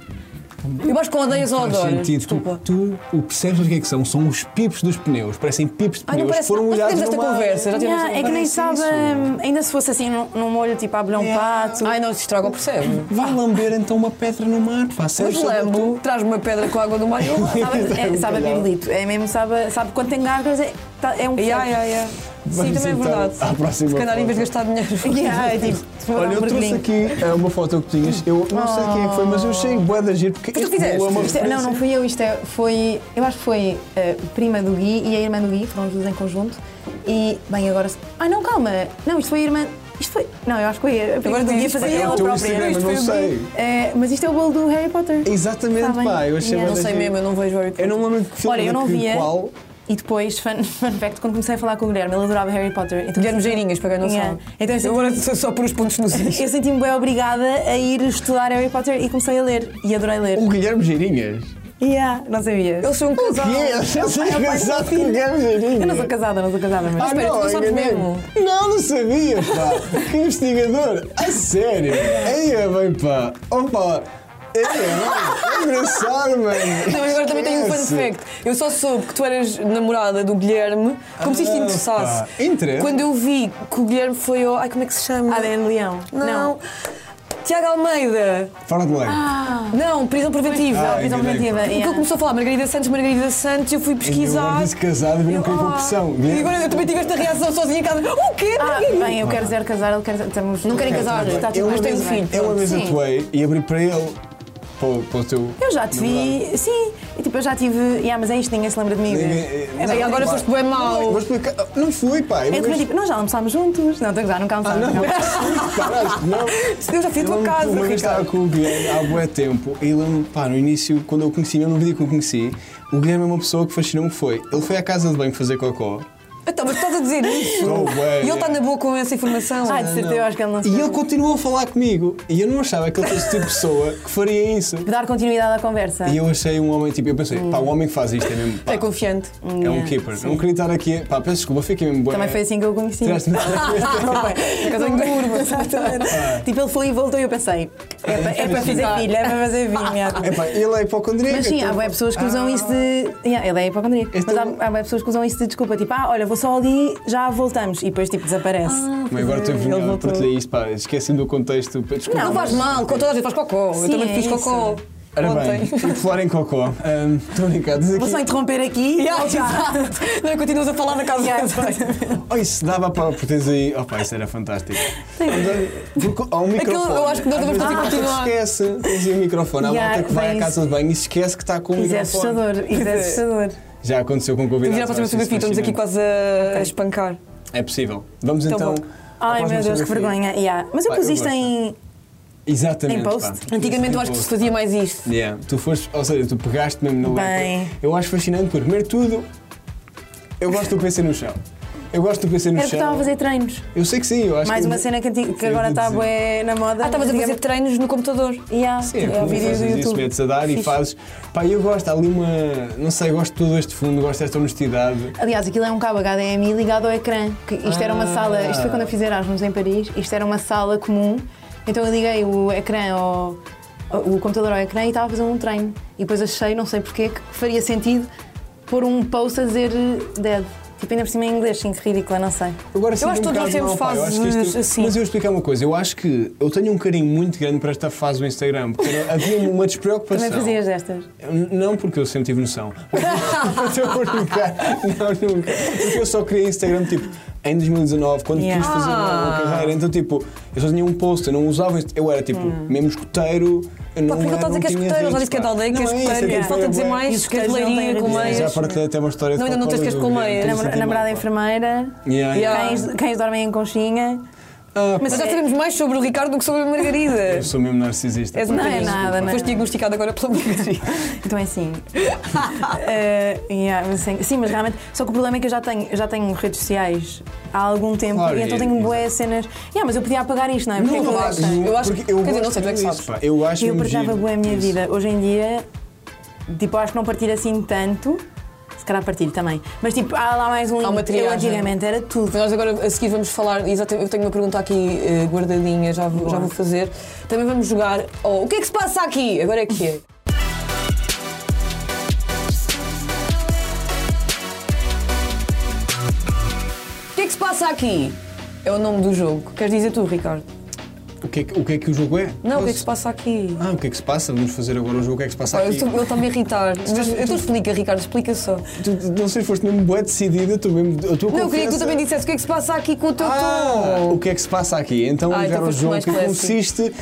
[SPEAKER 1] Eu acho que odeias ou
[SPEAKER 2] Faz
[SPEAKER 1] adoras.
[SPEAKER 2] sentido. Tu,
[SPEAKER 1] Desculpa.
[SPEAKER 2] tu o percebes o que é que são? São os pipos dos pneus. Parecem pipos de
[SPEAKER 1] Ai, não
[SPEAKER 2] pneus que
[SPEAKER 1] parece-
[SPEAKER 2] foram
[SPEAKER 1] nós
[SPEAKER 2] molhados
[SPEAKER 1] tivemos esta
[SPEAKER 2] no mar.
[SPEAKER 1] conversa, já tivemos
[SPEAKER 3] Yeah, é que nem
[SPEAKER 2] Parece
[SPEAKER 3] sabe,
[SPEAKER 2] isso.
[SPEAKER 3] hum, ainda se fosse assim num, num molho tipo a abelhão pato.
[SPEAKER 1] Ai, não, se estragam, percebe?
[SPEAKER 2] Vai lamber então uma pedra no mar. Faça
[SPEAKER 1] Mas lambo, traz-me uma pedra com água do mar e eu lavo.
[SPEAKER 3] Sabe, é, sabe
[SPEAKER 2] calhar.
[SPEAKER 3] a pirulito, é mesmo, sabe, sabe quando tem gárgaras, é, tá- é um
[SPEAKER 1] Yeah,
[SPEAKER 3] percebe.
[SPEAKER 1] yeah, yeah. Sim, também é verdade.
[SPEAKER 2] então À próxima
[SPEAKER 1] Se calhar em vez de gastar
[SPEAKER 2] foto.
[SPEAKER 1] dinheiro.
[SPEAKER 3] Yeah, é tipo, vou dar
[SPEAKER 2] Olha,
[SPEAKER 3] um
[SPEAKER 2] eu trouxe
[SPEAKER 3] mergulhinho.
[SPEAKER 2] aqui é, uma foto que tu tinhas. Eu não sei quem é que foi, mas eu achei bué de agir porque
[SPEAKER 1] tu
[SPEAKER 2] isto
[SPEAKER 1] fizeste?
[SPEAKER 2] é uma
[SPEAKER 3] Isto é- não, não
[SPEAKER 2] referência.
[SPEAKER 3] fui eu, isto é, foi. Eu acho que foi a prima do Gui e a irmã do Gui, foram os dois em conjunto. E, bem, agora. se- Ah, não, calma! Não, isto foi a irmã. Isto foi. Não, eu acho que foi a prima
[SPEAKER 1] Agora
[SPEAKER 3] do
[SPEAKER 1] tu
[SPEAKER 3] Gui a
[SPEAKER 1] dizes,
[SPEAKER 3] fazer
[SPEAKER 1] pá,
[SPEAKER 2] É
[SPEAKER 3] ela
[SPEAKER 2] o teu
[SPEAKER 3] própria.
[SPEAKER 2] Instagram, eu
[SPEAKER 1] Isto
[SPEAKER 2] não
[SPEAKER 1] foi o
[SPEAKER 2] sei.
[SPEAKER 3] É, mas isto é o bolo do Harry Potter.
[SPEAKER 2] Exatamente,
[SPEAKER 3] Está bem.
[SPEAKER 2] pá, eu achei bué
[SPEAKER 3] Yeah.
[SPEAKER 1] Não
[SPEAKER 2] de
[SPEAKER 1] sei
[SPEAKER 2] giro.
[SPEAKER 1] mesmo, eu não vejo Harry Potter.
[SPEAKER 2] Eu não lembro que filme é
[SPEAKER 3] Olha, eu não
[SPEAKER 2] que
[SPEAKER 3] via.
[SPEAKER 2] qual.
[SPEAKER 3] E depois, fun, fun fact, quando comecei a falar com o Guilherme, ele adorava Harry Potter. Então,
[SPEAKER 1] Guilherme Geirinhas, para quem não
[SPEAKER 3] Yeah.
[SPEAKER 1] sabe. tipo,
[SPEAKER 3] Então,
[SPEAKER 1] eu
[SPEAKER 3] assim-
[SPEAKER 1] agora sou só por os pontos nos is.
[SPEAKER 3] eu senti-me bem obrigada a ir estudar Harry Potter e comecei a ler. E adorei ler.
[SPEAKER 2] O Guilherme Geirinhas.
[SPEAKER 3] Yeah, não sabias.
[SPEAKER 1] Eles são um
[SPEAKER 2] O quê?
[SPEAKER 1] casal.
[SPEAKER 2] Eu sei
[SPEAKER 3] pai, pai,
[SPEAKER 2] casado com o
[SPEAKER 1] assim?
[SPEAKER 3] sim.
[SPEAKER 2] Guilherme Geirinhas.
[SPEAKER 3] Eu não sou casada, não sou casada, mas.
[SPEAKER 2] Ah,
[SPEAKER 1] espera, tu não sabes
[SPEAKER 2] enganei-me.
[SPEAKER 1] mesmo?
[SPEAKER 2] Não, não sabia, pá. que investigador. A sério. Aí é bem, pá. Opa. Ei, mano, é engraçado, mano.
[SPEAKER 1] Não, mas agora também tenho um fun
[SPEAKER 2] Esquece.
[SPEAKER 1] fact. Eu só soube que tu eras namorada do Guilherme, como se isto te
[SPEAKER 2] Ah,
[SPEAKER 1] interessasse.
[SPEAKER 2] pá. Interessa.
[SPEAKER 1] Quando eu vi que o Guilherme foi ao. Ai, como é que se chama?
[SPEAKER 3] ADN Leão.
[SPEAKER 1] Não. Ah, Tiago Almeida.
[SPEAKER 2] Fora de lei.
[SPEAKER 1] Ah, Não, prisão preventiva.
[SPEAKER 2] Ah,
[SPEAKER 1] prisão
[SPEAKER 2] enganei-me.
[SPEAKER 1] preventiva. Porque ele começou a falar Margarida Santos, Margarida Santos, eu fui pesquisar.
[SPEAKER 2] Eu disse casado e vi um bocadinho com
[SPEAKER 1] Ah,
[SPEAKER 2] pressão.
[SPEAKER 1] E agora eu também tive esta reação sozinha em casa. O quê?
[SPEAKER 3] Ah,
[SPEAKER 1] Margarida?
[SPEAKER 3] bem, eu quero zero casar, ele quer zero. Estamos...
[SPEAKER 1] Não querem casar,
[SPEAKER 3] Está tudo
[SPEAKER 1] eu
[SPEAKER 3] bem,
[SPEAKER 1] mas tenho um
[SPEAKER 3] tudo bem.
[SPEAKER 1] filho.
[SPEAKER 2] Tá, Eu uma vez
[SPEAKER 3] Sim.
[SPEAKER 2] atuei e abri para ele. Para, para o teu.
[SPEAKER 3] Eu já te vi, sim. E tipo, eu já tive. Yeah, mas é isto, ninguém se lembra de mim.
[SPEAKER 2] Ninguém- eh,
[SPEAKER 3] né?
[SPEAKER 2] não,
[SPEAKER 3] É bem, agora
[SPEAKER 2] pá.
[SPEAKER 1] foste bué mau.
[SPEAKER 2] Não, Vou explicar. Não fui, pá.
[SPEAKER 3] Eu também tipo, nós já almoçámos juntos. Não, estou a gozar, nunca
[SPEAKER 2] Ah,
[SPEAKER 3] almoçámos.
[SPEAKER 2] não,
[SPEAKER 3] não.
[SPEAKER 2] caralho, não.
[SPEAKER 1] Eu já fui à tua casa,
[SPEAKER 2] Uma vez
[SPEAKER 1] Ricardo.
[SPEAKER 2] estava com o Guilherme há bué tempo e lembro-me, pá, no início, quando eu o conheci, mesmo no vídeo que eu conheci, o Guilherme é uma pessoa que fascinou-me foi. Ele foi à casa de banho fazer cocó
[SPEAKER 1] Então, mas estás a dizer isso?
[SPEAKER 2] Sou bué.
[SPEAKER 1] e ele está na boa com essa informação.
[SPEAKER 3] Ai, de certeza, eu acho que ele não se
[SPEAKER 2] e ele
[SPEAKER 3] lembra.
[SPEAKER 2] continuou a falar comigo. E eu não achava que ele fosse o tipo de pessoa que faria isso.
[SPEAKER 3] Dar continuidade à conversa.
[SPEAKER 2] E eu achei um homem, tipo, eu pensei, pá, o homem que faz isto é mesmo. pá,
[SPEAKER 1] É confiante.
[SPEAKER 2] é um keeper. Não queria estar aqui. Pá, peço desculpa, fiquei mesmo bué.
[SPEAKER 3] né? Também foi assim que eu o conheci.
[SPEAKER 2] Tiraste-me-
[SPEAKER 1] Casamento de urba.
[SPEAKER 2] Ah.
[SPEAKER 3] Exatamente. Tipo, ele foi e voltou e eu pensei: é para, é para fazer filho, é para fazer filho. yeah.
[SPEAKER 2] É pá, ele é hipocondríaco.
[SPEAKER 3] Mas sim, há
[SPEAKER 2] então-
[SPEAKER 3] web pessoas que usam isso de. Yeah, ele é hipocondríaco.
[SPEAKER 2] Este
[SPEAKER 3] Mas há,
[SPEAKER 2] é o-
[SPEAKER 3] há web pessoas que usam isso de desculpa, tipo, ah, olha, vou só ali, já voltamos. E depois, tipo, desaparece.
[SPEAKER 2] Mas agora estou
[SPEAKER 3] Ele
[SPEAKER 2] envergonhado,
[SPEAKER 3] voltou.
[SPEAKER 2] partilhei isto, pá, esqueci do contexto. Desculpa.
[SPEAKER 1] Não, faz mal, com toda a gente faz cocô. eu
[SPEAKER 3] Sim,
[SPEAKER 1] também
[SPEAKER 3] é
[SPEAKER 1] fiz
[SPEAKER 3] isso.
[SPEAKER 1] cocô
[SPEAKER 2] Ora bem,
[SPEAKER 1] ontem.
[SPEAKER 2] e por falar em cocó, hum, estou a brincar, diz
[SPEAKER 3] Vou só
[SPEAKER 2] aqui.
[SPEAKER 3] interromper aqui.
[SPEAKER 1] Yeah,
[SPEAKER 3] e voltar.
[SPEAKER 1] exato. Não, continuas a falar da casa
[SPEAKER 3] Yeah,
[SPEAKER 1] de banho.
[SPEAKER 2] Oh, isso dava para por teres aí. Oh, pá, isso era fantástico. Porque há um
[SPEAKER 1] Aquilo,
[SPEAKER 2] microfone.
[SPEAKER 1] eu acho que nós
[SPEAKER 2] Às
[SPEAKER 1] devemos
[SPEAKER 2] vezes
[SPEAKER 1] ter
[SPEAKER 2] a
[SPEAKER 1] que
[SPEAKER 2] pessoa
[SPEAKER 1] continuar.
[SPEAKER 2] esquece, tens aí o microfone. Há
[SPEAKER 3] Yeah,
[SPEAKER 2] malta que vai à
[SPEAKER 3] bem
[SPEAKER 2] casa de banho e se esquece que está com o
[SPEAKER 3] Isso é
[SPEAKER 2] microfone.
[SPEAKER 3] assustador, isso é
[SPEAKER 1] Pois é.
[SPEAKER 3] assustador.
[SPEAKER 2] Já aconteceu com
[SPEAKER 1] Temos
[SPEAKER 2] convidados.
[SPEAKER 1] de ir à próxima
[SPEAKER 2] acho isso
[SPEAKER 1] fotografia, estamos aqui
[SPEAKER 2] fascinante.
[SPEAKER 1] quase a, a espancar.
[SPEAKER 2] É possível. Vamos então.
[SPEAKER 1] Então
[SPEAKER 2] à
[SPEAKER 1] bom.
[SPEAKER 3] Ai
[SPEAKER 2] próxima
[SPEAKER 3] meu Deus, que
[SPEAKER 2] fotografia.
[SPEAKER 3] vergonha. Yeah. Mas eu
[SPEAKER 2] Pá,
[SPEAKER 3] pus
[SPEAKER 2] eu
[SPEAKER 3] isto
[SPEAKER 2] gosto.
[SPEAKER 3] em.
[SPEAKER 2] Exatamente.
[SPEAKER 3] Em post?
[SPEAKER 2] pá.
[SPEAKER 1] Antigamente eu
[SPEAKER 2] Em
[SPEAKER 1] acho que se
[SPEAKER 2] post,
[SPEAKER 1] fazia
[SPEAKER 2] pá.
[SPEAKER 1] mais isto.
[SPEAKER 2] Yeah. Tu foste, ou seja, tu pegaste mesmo no
[SPEAKER 3] Bem.
[SPEAKER 2] leque. Eu acho fascinante porque, primeiro de tudo, eu gosto do PC no chão. Eu gosto do PC no
[SPEAKER 3] Era porque
[SPEAKER 2] chão.
[SPEAKER 3] estava a fazer treinos.
[SPEAKER 2] Eu sei que sim, eu um- acho
[SPEAKER 3] Mais
[SPEAKER 2] que.
[SPEAKER 3] uma cena que, antigo- que agora
[SPEAKER 2] Eu vou
[SPEAKER 3] está
[SPEAKER 2] dizer.
[SPEAKER 3] bué na moda.
[SPEAKER 1] Ah, estavas a fazer treinos no computador.
[SPEAKER 3] Yeah,
[SPEAKER 2] Sim,
[SPEAKER 3] é o vídeo do
[SPEAKER 2] fazes isso,
[SPEAKER 3] YouTube.
[SPEAKER 2] metes a dar e
[SPEAKER 3] Fixe.
[SPEAKER 2] fazes. Pá, eu gosto, há ali uma. Não sei, gosto de todo este fundo, gosto desta honestidade.
[SPEAKER 3] Aliás, aquilo é um cabo HDMI ligado ao ecrã. Que isto era uma
[SPEAKER 2] Ah.
[SPEAKER 3] sala, isto foi quando eu fiz Erasmus em Paris, isto era uma sala comum, então eu liguei o ecrã ao, o computador ao ecrã e estava a fazer um treino. E depois achei, não sei porquê, que faria sentido pôr um post a dizer eh, dead. Tipo, ainda por cima em inglês, sim, que ridícula, não sei.
[SPEAKER 2] Agora sim,
[SPEAKER 1] Eu acho que
[SPEAKER 2] um
[SPEAKER 1] todos nós temos
[SPEAKER 2] bocado mal, pá, eu acho que
[SPEAKER 1] fases
[SPEAKER 2] isto-
[SPEAKER 1] assim.
[SPEAKER 2] Mas eu vou explicar uma coisa, eu acho que eu tenho um carinho muito grande para esta fase do Instagram, porque era- havia uma despreocupação.
[SPEAKER 3] Também fazias destas.
[SPEAKER 2] N- Não porque eu sempre tive noção. Estou a brincar. Não, nunca. Porque eu só criei Instagram tipo em 2019, quando
[SPEAKER 3] Yeah.
[SPEAKER 2] quis fazer uma, uma
[SPEAKER 1] Ah.
[SPEAKER 2] carreira. Então, tipo, eu só tinha um post, eu não usava. isto. Eu era tipo, mesmo escoteiro. Eu não
[SPEAKER 1] Pá, porque ele
[SPEAKER 2] era-
[SPEAKER 1] está a dizer
[SPEAKER 2] não
[SPEAKER 1] que é
[SPEAKER 2] tinha
[SPEAKER 1] escoteiro, ele já
[SPEAKER 2] redes,
[SPEAKER 1] disse que é
[SPEAKER 2] pá.
[SPEAKER 1] da aldeia, que é
[SPEAKER 2] Não isso,
[SPEAKER 1] escoteiro.
[SPEAKER 2] tipo,
[SPEAKER 1] e Falta
[SPEAKER 2] era
[SPEAKER 1] dizer
[SPEAKER 2] bué.
[SPEAKER 1] mais,
[SPEAKER 3] E os
[SPEAKER 1] que é de
[SPEAKER 3] escoteiros não
[SPEAKER 1] leiria,
[SPEAKER 3] têm
[SPEAKER 1] com
[SPEAKER 3] nariz.
[SPEAKER 1] meias.
[SPEAKER 2] Já partilhei até uma história de
[SPEAKER 1] Não, ainda não tens
[SPEAKER 2] Coca-Cola
[SPEAKER 1] que as
[SPEAKER 2] do Rio.
[SPEAKER 1] colmeias.
[SPEAKER 2] Tem
[SPEAKER 3] Namor-
[SPEAKER 2] sentido,
[SPEAKER 3] namorada é
[SPEAKER 2] pá.
[SPEAKER 3] enfermeira,
[SPEAKER 2] Yeah, yeah.
[SPEAKER 1] Yeah.
[SPEAKER 3] cães, cães dormem em conchinha.
[SPEAKER 2] Ah, pá,
[SPEAKER 1] Mas já sabemos mais sobre o Ricardo do que sobre a Margarida.
[SPEAKER 2] eu sou mesmo narcisista.
[SPEAKER 1] És
[SPEAKER 2] pá.
[SPEAKER 1] um
[SPEAKER 3] Não é
[SPEAKER 1] bocadinho.
[SPEAKER 3] nada, não é
[SPEAKER 1] Foste
[SPEAKER 3] nada.
[SPEAKER 1] diagnosticado agora pela Margarida.
[SPEAKER 3] Então é assim. Eh, yeah, mas sim, sim, mas realmente. Só que o problema é que eu já tenho, eu já tenho redes sociais há algum tempo
[SPEAKER 2] Claro,
[SPEAKER 3] e então
[SPEAKER 2] e-
[SPEAKER 3] tenho boé cenas. Yeah, mas eu podia apagar isto, não é? Porque é que
[SPEAKER 1] eu
[SPEAKER 2] Não,
[SPEAKER 1] acho.
[SPEAKER 3] deixo?
[SPEAKER 1] Eu acho-
[SPEAKER 2] porque eu
[SPEAKER 1] quer dizer, não
[SPEAKER 2] gosto
[SPEAKER 1] sei, tu é que
[SPEAKER 2] disso,
[SPEAKER 1] sabes.
[SPEAKER 2] pá. Eu acho
[SPEAKER 3] Eu
[SPEAKER 2] mesmo
[SPEAKER 3] partilhava
[SPEAKER 2] giro
[SPEAKER 3] boé a minha
[SPEAKER 2] isso.
[SPEAKER 3] vida. Hoje em dia, tipo, acho que não partilho assim tanto. Se calhar partilho também. Mas tipo, há lá mais um.
[SPEAKER 1] Há uma
[SPEAKER 3] eu
[SPEAKER 1] triagem.
[SPEAKER 3] antigamente era tudo.
[SPEAKER 1] Nós agora a seguir vamos falar, exatamente, eu tenho uma pergunta aqui eh, guardadinha, já vou, já vou fazer. Também vamos jogar. ao o que é que se passa aqui? Agora é que é. O que é que se passa aqui? É o nome do jogo. Queres dizer tu, Ricardo?
[SPEAKER 2] o que, é, que- o que é que o jogo é?
[SPEAKER 1] Não, o que é
[SPEAKER 2] Posso-
[SPEAKER 1] que se passa aqui?
[SPEAKER 2] Ah, o que é que se passa? Vamos fazer agora o jogo, o que é que se passa
[SPEAKER 1] Pá, eu
[SPEAKER 2] aqui?
[SPEAKER 1] estou- eu estou-me a irritar. Mas tu explica, Ricardo, explica só.
[SPEAKER 2] Tu, tu- não sei, foste mesmo boa decidida, tu mesmo, a tua
[SPEAKER 1] Não, eu queria que tu
[SPEAKER 2] confiança-
[SPEAKER 1] também dissesse o que é que se passa aqui com o teu
[SPEAKER 2] Ah,
[SPEAKER 1] tom.
[SPEAKER 2] o que é que se passa aqui? Então,
[SPEAKER 1] Ah,
[SPEAKER 2] vamos
[SPEAKER 1] então
[SPEAKER 2] jogar um
[SPEAKER 1] foste
[SPEAKER 2] jogo
[SPEAKER 1] mais
[SPEAKER 2] que
[SPEAKER 1] classy.
[SPEAKER 2] consiste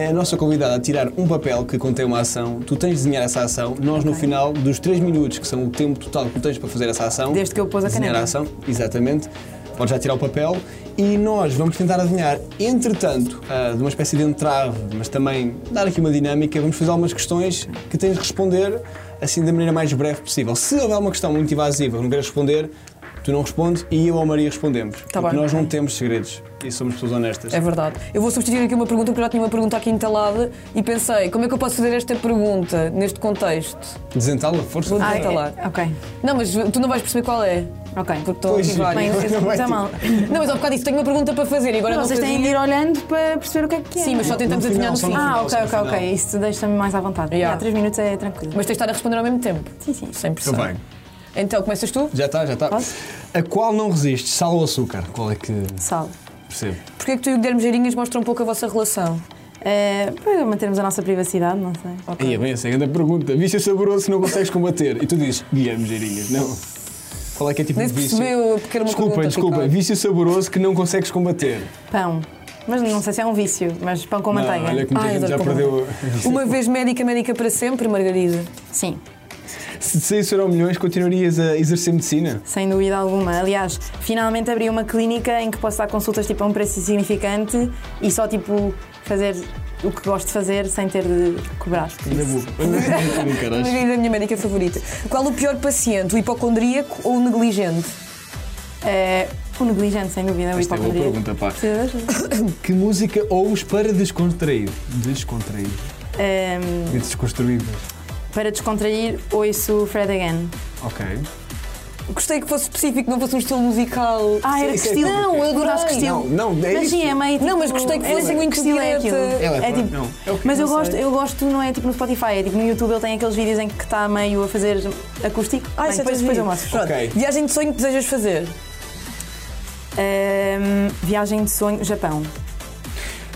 [SPEAKER 2] em a nossa convidada tirar um papel que contém uma ação, tu tens de desenhar essa ação, nós no final dos 3 minutos, que são o tempo total que tu tens para fazer essa ação.
[SPEAKER 3] Desde que eu pus a
[SPEAKER 2] desenhar
[SPEAKER 3] caneta.
[SPEAKER 2] ação, exatamente. Podes já tirar o papel e nós vamos tentar adivinhar, entretanto, ah, de uma espécie de entrave, mas também dar aqui uma dinâmica, vamos fazer algumas questões que tens de responder assim da maneira mais breve possível. Se houver uma questão muito invasiva que não queres responder, tu não respondes e eu ou a Maria respondemos.
[SPEAKER 1] Tá
[SPEAKER 2] porque
[SPEAKER 1] bem.
[SPEAKER 2] nós não temos segredos e somos pessoas honestas.
[SPEAKER 1] É verdade. Eu vou substituir aqui uma pergunta, porque eu já tinha uma pergunta aqui entalada e pensei, como é que eu posso fazer esta pergunta neste contexto?
[SPEAKER 2] Desentala, força.
[SPEAKER 1] Vou
[SPEAKER 3] Ah,
[SPEAKER 1] desentar então lá.
[SPEAKER 3] é- ok,
[SPEAKER 1] Não, mas tu não vais perceber qual é.
[SPEAKER 3] ok.
[SPEAKER 1] Porque estou
[SPEAKER 2] Pois, é.
[SPEAKER 1] aqui várias.
[SPEAKER 2] bem,
[SPEAKER 3] Bem,
[SPEAKER 2] Não vai
[SPEAKER 3] está
[SPEAKER 2] ter-
[SPEAKER 3] mal.
[SPEAKER 1] Não, mas ao bocado disse, tenho uma pergunta para fazer e agora não
[SPEAKER 3] Vocês têm de
[SPEAKER 1] fazia.
[SPEAKER 3] ir olhando para perceber o que é que é.
[SPEAKER 1] Sim, mas
[SPEAKER 3] não
[SPEAKER 1] só
[SPEAKER 3] é?
[SPEAKER 1] tentamos
[SPEAKER 2] No
[SPEAKER 1] adivinhar
[SPEAKER 2] final,
[SPEAKER 1] no
[SPEAKER 2] só no
[SPEAKER 1] fim.
[SPEAKER 2] final.
[SPEAKER 3] Ah, ok,
[SPEAKER 2] no
[SPEAKER 3] ok,
[SPEAKER 2] final.
[SPEAKER 3] ok. Isso deixa-me mais à vontade.
[SPEAKER 1] Yeah.
[SPEAKER 3] Ah, três minutos é tranquilo.
[SPEAKER 1] Mas tens de estar a responder ao mesmo tempo.
[SPEAKER 3] Sim, sim.
[SPEAKER 1] Sem pressão.
[SPEAKER 2] Então vai.
[SPEAKER 1] Então, começas tu?
[SPEAKER 2] Já está, já está.
[SPEAKER 3] Posso?
[SPEAKER 2] A qual não resiste? Sal ou açúcar? Qual é que
[SPEAKER 3] Sal.
[SPEAKER 2] percebo?
[SPEAKER 1] Porquê é que tu e o Guilherme Geirinhas mostram um pouco a vossa relação?
[SPEAKER 3] Eh, para mantermos a nossa privacidade, não sei.
[SPEAKER 2] Aí é bem essa é a grande pergunta. Vício saboroso se não consegues combater. E tu dizes, Guilherme Geirinhas, não. Qual é que é tipo
[SPEAKER 1] Nem
[SPEAKER 2] de
[SPEAKER 1] se
[SPEAKER 2] vício?
[SPEAKER 1] percebeu porque era uma
[SPEAKER 2] desculpa,
[SPEAKER 1] pergunta,
[SPEAKER 2] desculpa.
[SPEAKER 1] Ricardo.
[SPEAKER 2] Vício é saboroso que não consegues combater.
[SPEAKER 3] Pão. Mas não sei se é um vício, mas pão com
[SPEAKER 2] Não,
[SPEAKER 3] manteiga.
[SPEAKER 2] olha que muita
[SPEAKER 1] Ai,
[SPEAKER 2] gente já
[SPEAKER 1] adoro
[SPEAKER 2] perdeu.
[SPEAKER 1] é? Uma vez médica, médica para sempre, Margarida.
[SPEAKER 3] Sim,
[SPEAKER 2] Se saísse eram milhões, continuarias a exercer medicina?
[SPEAKER 3] sem dúvida alguma. Aliás, finalmente abri uma clínica em que posso dar consultas tipo a um preço significante e só tipo fazer o que gosto de fazer sem ter de cobrar.
[SPEAKER 2] Ainda boa. Nunca acho.
[SPEAKER 1] Margarida é a minha médica favorita. Qual o pior paciente, o hipocondríaco ou o negligente?
[SPEAKER 3] Eh, o negligente, sem dúvida, o
[SPEAKER 2] Esta é boa
[SPEAKER 3] hipocondríaco.
[SPEAKER 2] pergunta, pá.
[SPEAKER 3] Precisa de ajuda.
[SPEAKER 2] Que música ouves para descontrair? Descontrair.
[SPEAKER 3] Ehm,
[SPEAKER 2] E desconstruídas.
[SPEAKER 3] para descontrair, ouço Fred Again.
[SPEAKER 2] Ok.
[SPEAKER 1] Gostei que fosse específico, não fosse um estilo musical.
[SPEAKER 3] Ah, era
[SPEAKER 2] Sim, isso é
[SPEAKER 3] que estilo.
[SPEAKER 2] complicado.
[SPEAKER 1] Não, eu adorei.
[SPEAKER 3] Acho que estilo.
[SPEAKER 2] Não, não, é
[SPEAKER 3] Mas sim,
[SPEAKER 2] isso.
[SPEAKER 3] é meio
[SPEAKER 1] Não, mas
[SPEAKER 3] tipo-
[SPEAKER 1] gostei que
[SPEAKER 3] eu nem
[SPEAKER 1] fosse
[SPEAKER 3] sei bem
[SPEAKER 1] muito
[SPEAKER 3] que estilo é
[SPEAKER 1] direta.
[SPEAKER 3] aquilo.
[SPEAKER 2] Ela é,
[SPEAKER 3] É tipo-
[SPEAKER 2] não. É o que
[SPEAKER 3] Mas eu
[SPEAKER 1] Não
[SPEAKER 3] gosto,
[SPEAKER 1] sei.
[SPEAKER 3] eu gosto, não é tipo no Spotify, é tipo no YouTube ele tem aqueles vídeos em que está meio a fazer acústico.
[SPEAKER 1] Ah,
[SPEAKER 3] Bem,
[SPEAKER 1] isso é
[SPEAKER 3] depois,
[SPEAKER 1] tão
[SPEAKER 3] depois eu
[SPEAKER 1] giro.
[SPEAKER 3] mostro.
[SPEAKER 1] Pronto.
[SPEAKER 2] Ok.
[SPEAKER 1] Viagem de sonho que desejas fazer?
[SPEAKER 3] Ahm, Ehm, viagem de sonho, Japão.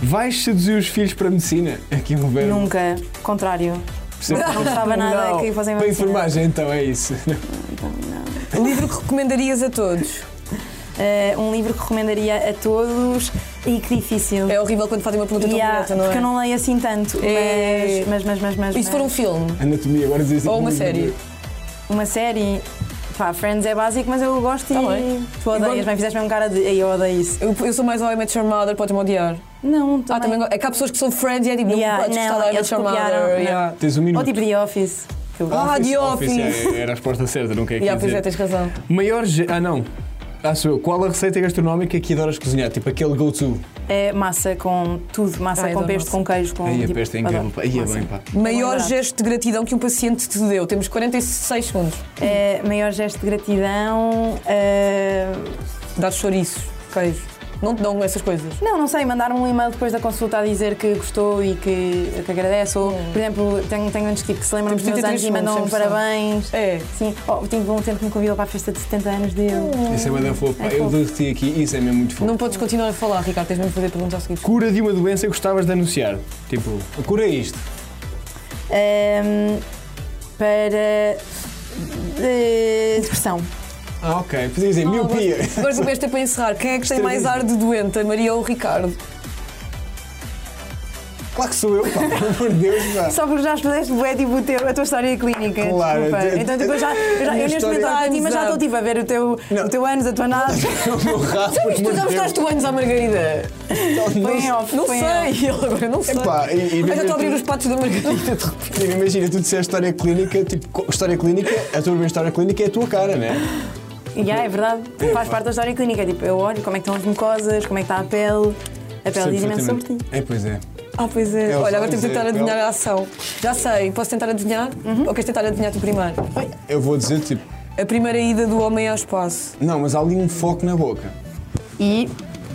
[SPEAKER 2] Vais seduzir os filhos para a medicina? Aqui é um verbo.
[SPEAKER 3] Nunca, contrário.
[SPEAKER 2] Percebo.
[SPEAKER 3] Não gostava nada
[SPEAKER 1] Não.
[SPEAKER 3] que fossem
[SPEAKER 2] Para
[SPEAKER 3] medicina.
[SPEAKER 2] enfermagem, então, é isso.
[SPEAKER 1] Um Livro que recomendarias a todos?
[SPEAKER 3] Ah, um livro que recomendaria a todos e que difícil.
[SPEAKER 1] É horrível quando fazem uma pergunta
[SPEAKER 3] E há-
[SPEAKER 1] tão direta, não é?
[SPEAKER 3] porque eu não leio assim tanto,
[SPEAKER 1] É.
[SPEAKER 3] mas, mas, mas, mas, mas.
[SPEAKER 1] E se for um filme?
[SPEAKER 2] Anatomia, agora dizes assim,
[SPEAKER 1] Ou uma série?
[SPEAKER 3] Uma série. Pá, Friends é básico, mas eu gosto
[SPEAKER 1] Tá
[SPEAKER 3] e
[SPEAKER 1] bem.
[SPEAKER 3] tu odeias,
[SPEAKER 1] Igual-
[SPEAKER 3] mas fizeste mesmo cara de "Ei, eu odeio isso.
[SPEAKER 1] Eu, eu sou mais ao I Met Your Mother, podes-me odiar.
[SPEAKER 3] Não,
[SPEAKER 1] Ah, também,
[SPEAKER 3] também.
[SPEAKER 1] go- é que há pessoas que são friends e é tipo,
[SPEAKER 3] Yeah,
[SPEAKER 1] não podes gostar
[SPEAKER 3] não,
[SPEAKER 1] da I
[SPEAKER 3] eles
[SPEAKER 1] Met Your
[SPEAKER 3] copiaram,
[SPEAKER 1] Mother.
[SPEAKER 3] não.
[SPEAKER 1] yeah.
[SPEAKER 2] Tens um minuto.
[SPEAKER 3] Ou tipo The Office. que eu gosto.
[SPEAKER 1] Ah, The Office.
[SPEAKER 2] é- Era a resposta certa, não quer
[SPEAKER 1] Yeah, pois é,
[SPEAKER 2] dizer.
[SPEAKER 1] tens razão.
[SPEAKER 2] Maior... ge- Ah, não. Ah, sou eu. Qual a receita gastronómica que adoras cozinhar? Tipo aquele go-to.
[SPEAKER 3] É massa com tudo, massa
[SPEAKER 1] Ai,
[SPEAKER 3] com
[SPEAKER 1] adoro
[SPEAKER 3] pesto,
[SPEAKER 1] massa.
[SPEAKER 3] com queijo, com.
[SPEAKER 2] Aí a
[SPEAKER 3] tipo,
[SPEAKER 2] peste é incrível.
[SPEAKER 3] adoro.
[SPEAKER 2] pá. Aí é
[SPEAKER 3] Massa.
[SPEAKER 2] bem, pá.
[SPEAKER 1] Maior
[SPEAKER 3] Lembrado.
[SPEAKER 1] gesto de gratidão que um paciente te deu. Temos 46 segundos.
[SPEAKER 3] É, maior gesto de gratidão. é,
[SPEAKER 1] Dar chouriços, queijo. Não te dão essas coisas.
[SPEAKER 3] Não, não sei, mandar-me um e-mail depois da consulta a dizer que gostou e que, que agradece. Ou, por exemplo, tenho, tenho antes que se lembram dos
[SPEAKER 1] Temos
[SPEAKER 3] meus
[SPEAKER 1] 33
[SPEAKER 3] anos e mandam
[SPEAKER 1] segundos, sempre
[SPEAKER 3] parabéns.
[SPEAKER 1] É.
[SPEAKER 3] Sim, oh, tive um tempo que me convidou para a festa de 70 anos dele.
[SPEAKER 1] Hum.
[SPEAKER 2] Isso é bem fofo. pá.
[SPEAKER 3] É
[SPEAKER 2] Eu
[SPEAKER 3] fofo.
[SPEAKER 2] derreti aqui. Isso é mesmo muito fofo.
[SPEAKER 1] Não podes continuar a falar, Ricardo, tens mesmo de fazer perguntas a seguir.
[SPEAKER 2] Cura de uma doença que gostavas de anunciar. Tipo, a cura é isto.
[SPEAKER 3] Ehm, para. eh, depressão.
[SPEAKER 2] Ah, ok. Podia dizer miopia.
[SPEAKER 1] Agora tu esta para encerrar. Quem é que tem mais ar de doente, a Maria ou o Ricardo?
[SPEAKER 2] Claro que sou eu, pá. Pelo amor de Deus, pá.
[SPEAKER 3] Só porque já escolheste bué, tipo, o teu, a tua história clínica.
[SPEAKER 2] Claro,
[SPEAKER 3] desculpa.
[SPEAKER 2] eu-
[SPEAKER 3] Então, tipo, eu já, eu, já,
[SPEAKER 2] Minha
[SPEAKER 3] eu neste
[SPEAKER 2] história-
[SPEAKER 3] momento olho para ti, mas já
[SPEAKER 1] Exato.
[SPEAKER 3] estou tipo, a ver o teu,
[SPEAKER 2] Não.
[SPEAKER 3] o teu anos, a tua nave.
[SPEAKER 2] O meu rabo, pelo
[SPEAKER 1] Tu
[SPEAKER 2] amor de
[SPEAKER 1] já
[SPEAKER 2] Deus.
[SPEAKER 1] mostraste o anos à Margarida?
[SPEAKER 3] Foi
[SPEAKER 2] É
[SPEAKER 3] em off,
[SPEAKER 1] Não
[SPEAKER 3] foi em off.
[SPEAKER 1] sei, ele agora não sei.
[SPEAKER 2] Epá, e- e
[SPEAKER 1] Ai, já estou a abrir
[SPEAKER 2] mesmo-
[SPEAKER 1] os patos da Margarida.
[SPEAKER 2] Tipo, Imagina, tu disseres história clínica, tipo, co- história clínica, a tua primeira história clínica é a tua cara, né?
[SPEAKER 3] Yeah, é verdade. Faz parte da história clínica. Tipo, eu olho como é que estão as mucosas, como é que está a pele. A pele diz imenso sobre ti.
[SPEAKER 2] É, pois é.
[SPEAKER 1] Ah, pois é.
[SPEAKER 2] É, os
[SPEAKER 1] Olha, agora
[SPEAKER 2] olhos
[SPEAKER 1] temos de tentar
[SPEAKER 2] é-
[SPEAKER 1] adivinhar a ação. Já sei, posso tentar adivinhar? Ou queres tentar adivinhar tu primeiro?
[SPEAKER 2] Eu vou dizer, tipo,
[SPEAKER 1] A primeira ida do homem ao espaço.
[SPEAKER 2] não, mas há ali um foco na boca.
[SPEAKER 3] E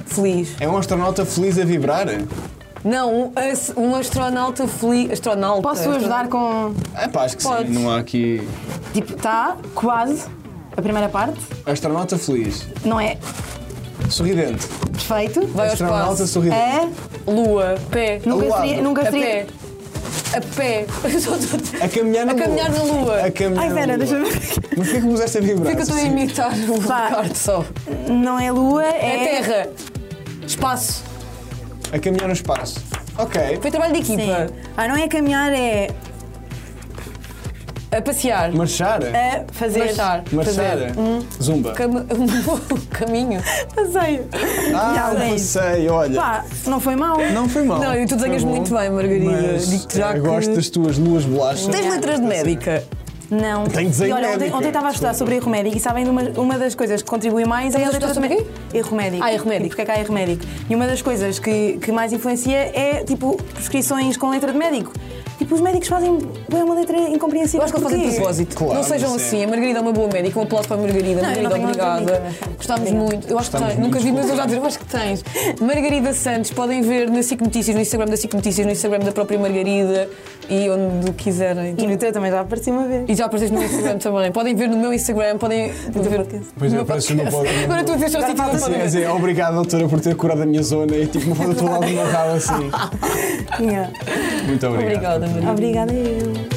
[SPEAKER 1] Feliz.
[SPEAKER 2] É um astronauta feliz a vibrar? É
[SPEAKER 1] Não, um, as- um astronauta feliz. Astronauta.
[SPEAKER 3] posso ajudar com.
[SPEAKER 2] É pá, acho que
[SPEAKER 1] Podes.
[SPEAKER 2] sim. Não há aqui.
[SPEAKER 3] Tipo, está quase a primeira parte,
[SPEAKER 2] Astronauta feliz.
[SPEAKER 3] não é?
[SPEAKER 2] Sorridente.
[SPEAKER 3] Perfeito.
[SPEAKER 1] Vai ao
[SPEAKER 2] Astronauta
[SPEAKER 1] espaço.
[SPEAKER 2] sorridente.
[SPEAKER 3] É?
[SPEAKER 1] Lua, pé,
[SPEAKER 3] Nunca
[SPEAKER 2] Aluado.
[SPEAKER 3] seria. Nunca
[SPEAKER 1] a
[SPEAKER 3] seria.
[SPEAKER 1] pé. A pé.
[SPEAKER 2] A caminhar na
[SPEAKER 1] É. A
[SPEAKER 2] lua.
[SPEAKER 1] caminhar na lua.
[SPEAKER 2] A caminhar
[SPEAKER 3] Ai,
[SPEAKER 2] na
[SPEAKER 3] pera,
[SPEAKER 2] lua.
[SPEAKER 3] deixa-me.
[SPEAKER 2] Mas porquê que me usaste a vibrar?
[SPEAKER 1] Por que é que eu estou a imitar o
[SPEAKER 3] Pá.
[SPEAKER 1] Ricardo só?
[SPEAKER 3] Não é lua,
[SPEAKER 1] É
[SPEAKER 3] é.
[SPEAKER 1] terra. Espaço.
[SPEAKER 2] A caminhar no espaço. Ok.
[SPEAKER 1] Foi trabalho de
[SPEAKER 3] Sim.
[SPEAKER 1] equipa.
[SPEAKER 3] Ah, não é caminhar, é.
[SPEAKER 1] A passear.
[SPEAKER 2] Marchar.
[SPEAKER 3] A fazer.
[SPEAKER 1] Marchar.
[SPEAKER 2] Marchar.
[SPEAKER 1] É. Fazer. um
[SPEAKER 2] Zumba.
[SPEAKER 1] Cam- um Caminho.
[SPEAKER 3] Passeio.
[SPEAKER 2] Ah,
[SPEAKER 3] Já,
[SPEAKER 2] não
[SPEAKER 3] bem.
[SPEAKER 2] sei, olha.
[SPEAKER 3] assim. Pá, não foi mal.
[SPEAKER 2] Não foi mal.
[SPEAKER 1] Não, e tu desenhas
[SPEAKER 2] Foi bom,
[SPEAKER 1] muito bem, Margarida.
[SPEAKER 2] mas,
[SPEAKER 1] Digo-te já
[SPEAKER 2] eh,
[SPEAKER 1] que-
[SPEAKER 2] gosto das tuas luas bolachas.
[SPEAKER 1] Tens letras de médica.
[SPEAKER 3] Não.
[SPEAKER 2] Tem desenho
[SPEAKER 3] E olha, ontem,
[SPEAKER 2] médico.
[SPEAKER 3] ontem estava a estudar sobre erro médico e sabem de uma, uma das coisas que contribui mais é
[SPEAKER 1] Estavas
[SPEAKER 3] a
[SPEAKER 1] a estudar
[SPEAKER 3] letra
[SPEAKER 1] sobre
[SPEAKER 3] mé-
[SPEAKER 1] quê?
[SPEAKER 3] Erro médico.
[SPEAKER 1] Ah, erro médico.
[SPEAKER 3] E porque é que há erro médico? E uma das coisas que, que mais influencia é, tipo, prescrições com letra de médico. Tipo, os médicos fazem é uma letra incompreensível.
[SPEAKER 1] Eu acho que eles fazem de
[SPEAKER 3] Porquê?
[SPEAKER 1] propósito.
[SPEAKER 2] Claro,
[SPEAKER 1] não sejam
[SPEAKER 2] mas é.
[SPEAKER 1] assim. A Margarida é uma boa médica. Um aplauso para a Margarida.
[SPEAKER 3] Não, eu não
[SPEAKER 1] Margarida,
[SPEAKER 3] tenho outra
[SPEAKER 1] obrigada.
[SPEAKER 3] amiga.
[SPEAKER 1] Gostámos
[SPEAKER 3] Obrigada.
[SPEAKER 1] muito. Eu acho que
[SPEAKER 2] Gostamos
[SPEAKER 1] tens. Nunca
[SPEAKER 2] muito,
[SPEAKER 1] vi, mas eu já
[SPEAKER 2] desculpa.
[SPEAKER 1] digo, eu acho que tens. Margarida Santos, podem ver na SIC Notícias, no Instagram da SIC Notícias, no Instagram da própria Margarida e onde quiserem.
[SPEAKER 3] E no teu também já apareci uma vez.
[SPEAKER 1] E já apareceste no meu Instagram também. Podem ver no meu Instagram, podem ver.
[SPEAKER 3] podcast.
[SPEAKER 2] Pois
[SPEAKER 1] no
[SPEAKER 2] é,
[SPEAKER 1] meu
[SPEAKER 2] parece que não
[SPEAKER 1] podcast.
[SPEAKER 2] pode-
[SPEAKER 1] Agora tu a dizer só assim, não podem
[SPEAKER 2] Quer
[SPEAKER 1] ver.
[SPEAKER 2] dizer, obrigado, doutora, por ter curado a minha zona e tipo, me foto do lado de uma assim.
[SPEAKER 3] Tinha.
[SPEAKER 2] Muito
[SPEAKER 1] Obrigada,
[SPEAKER 2] obrigado.
[SPEAKER 1] Margarida.
[SPEAKER 3] Obrigada eu.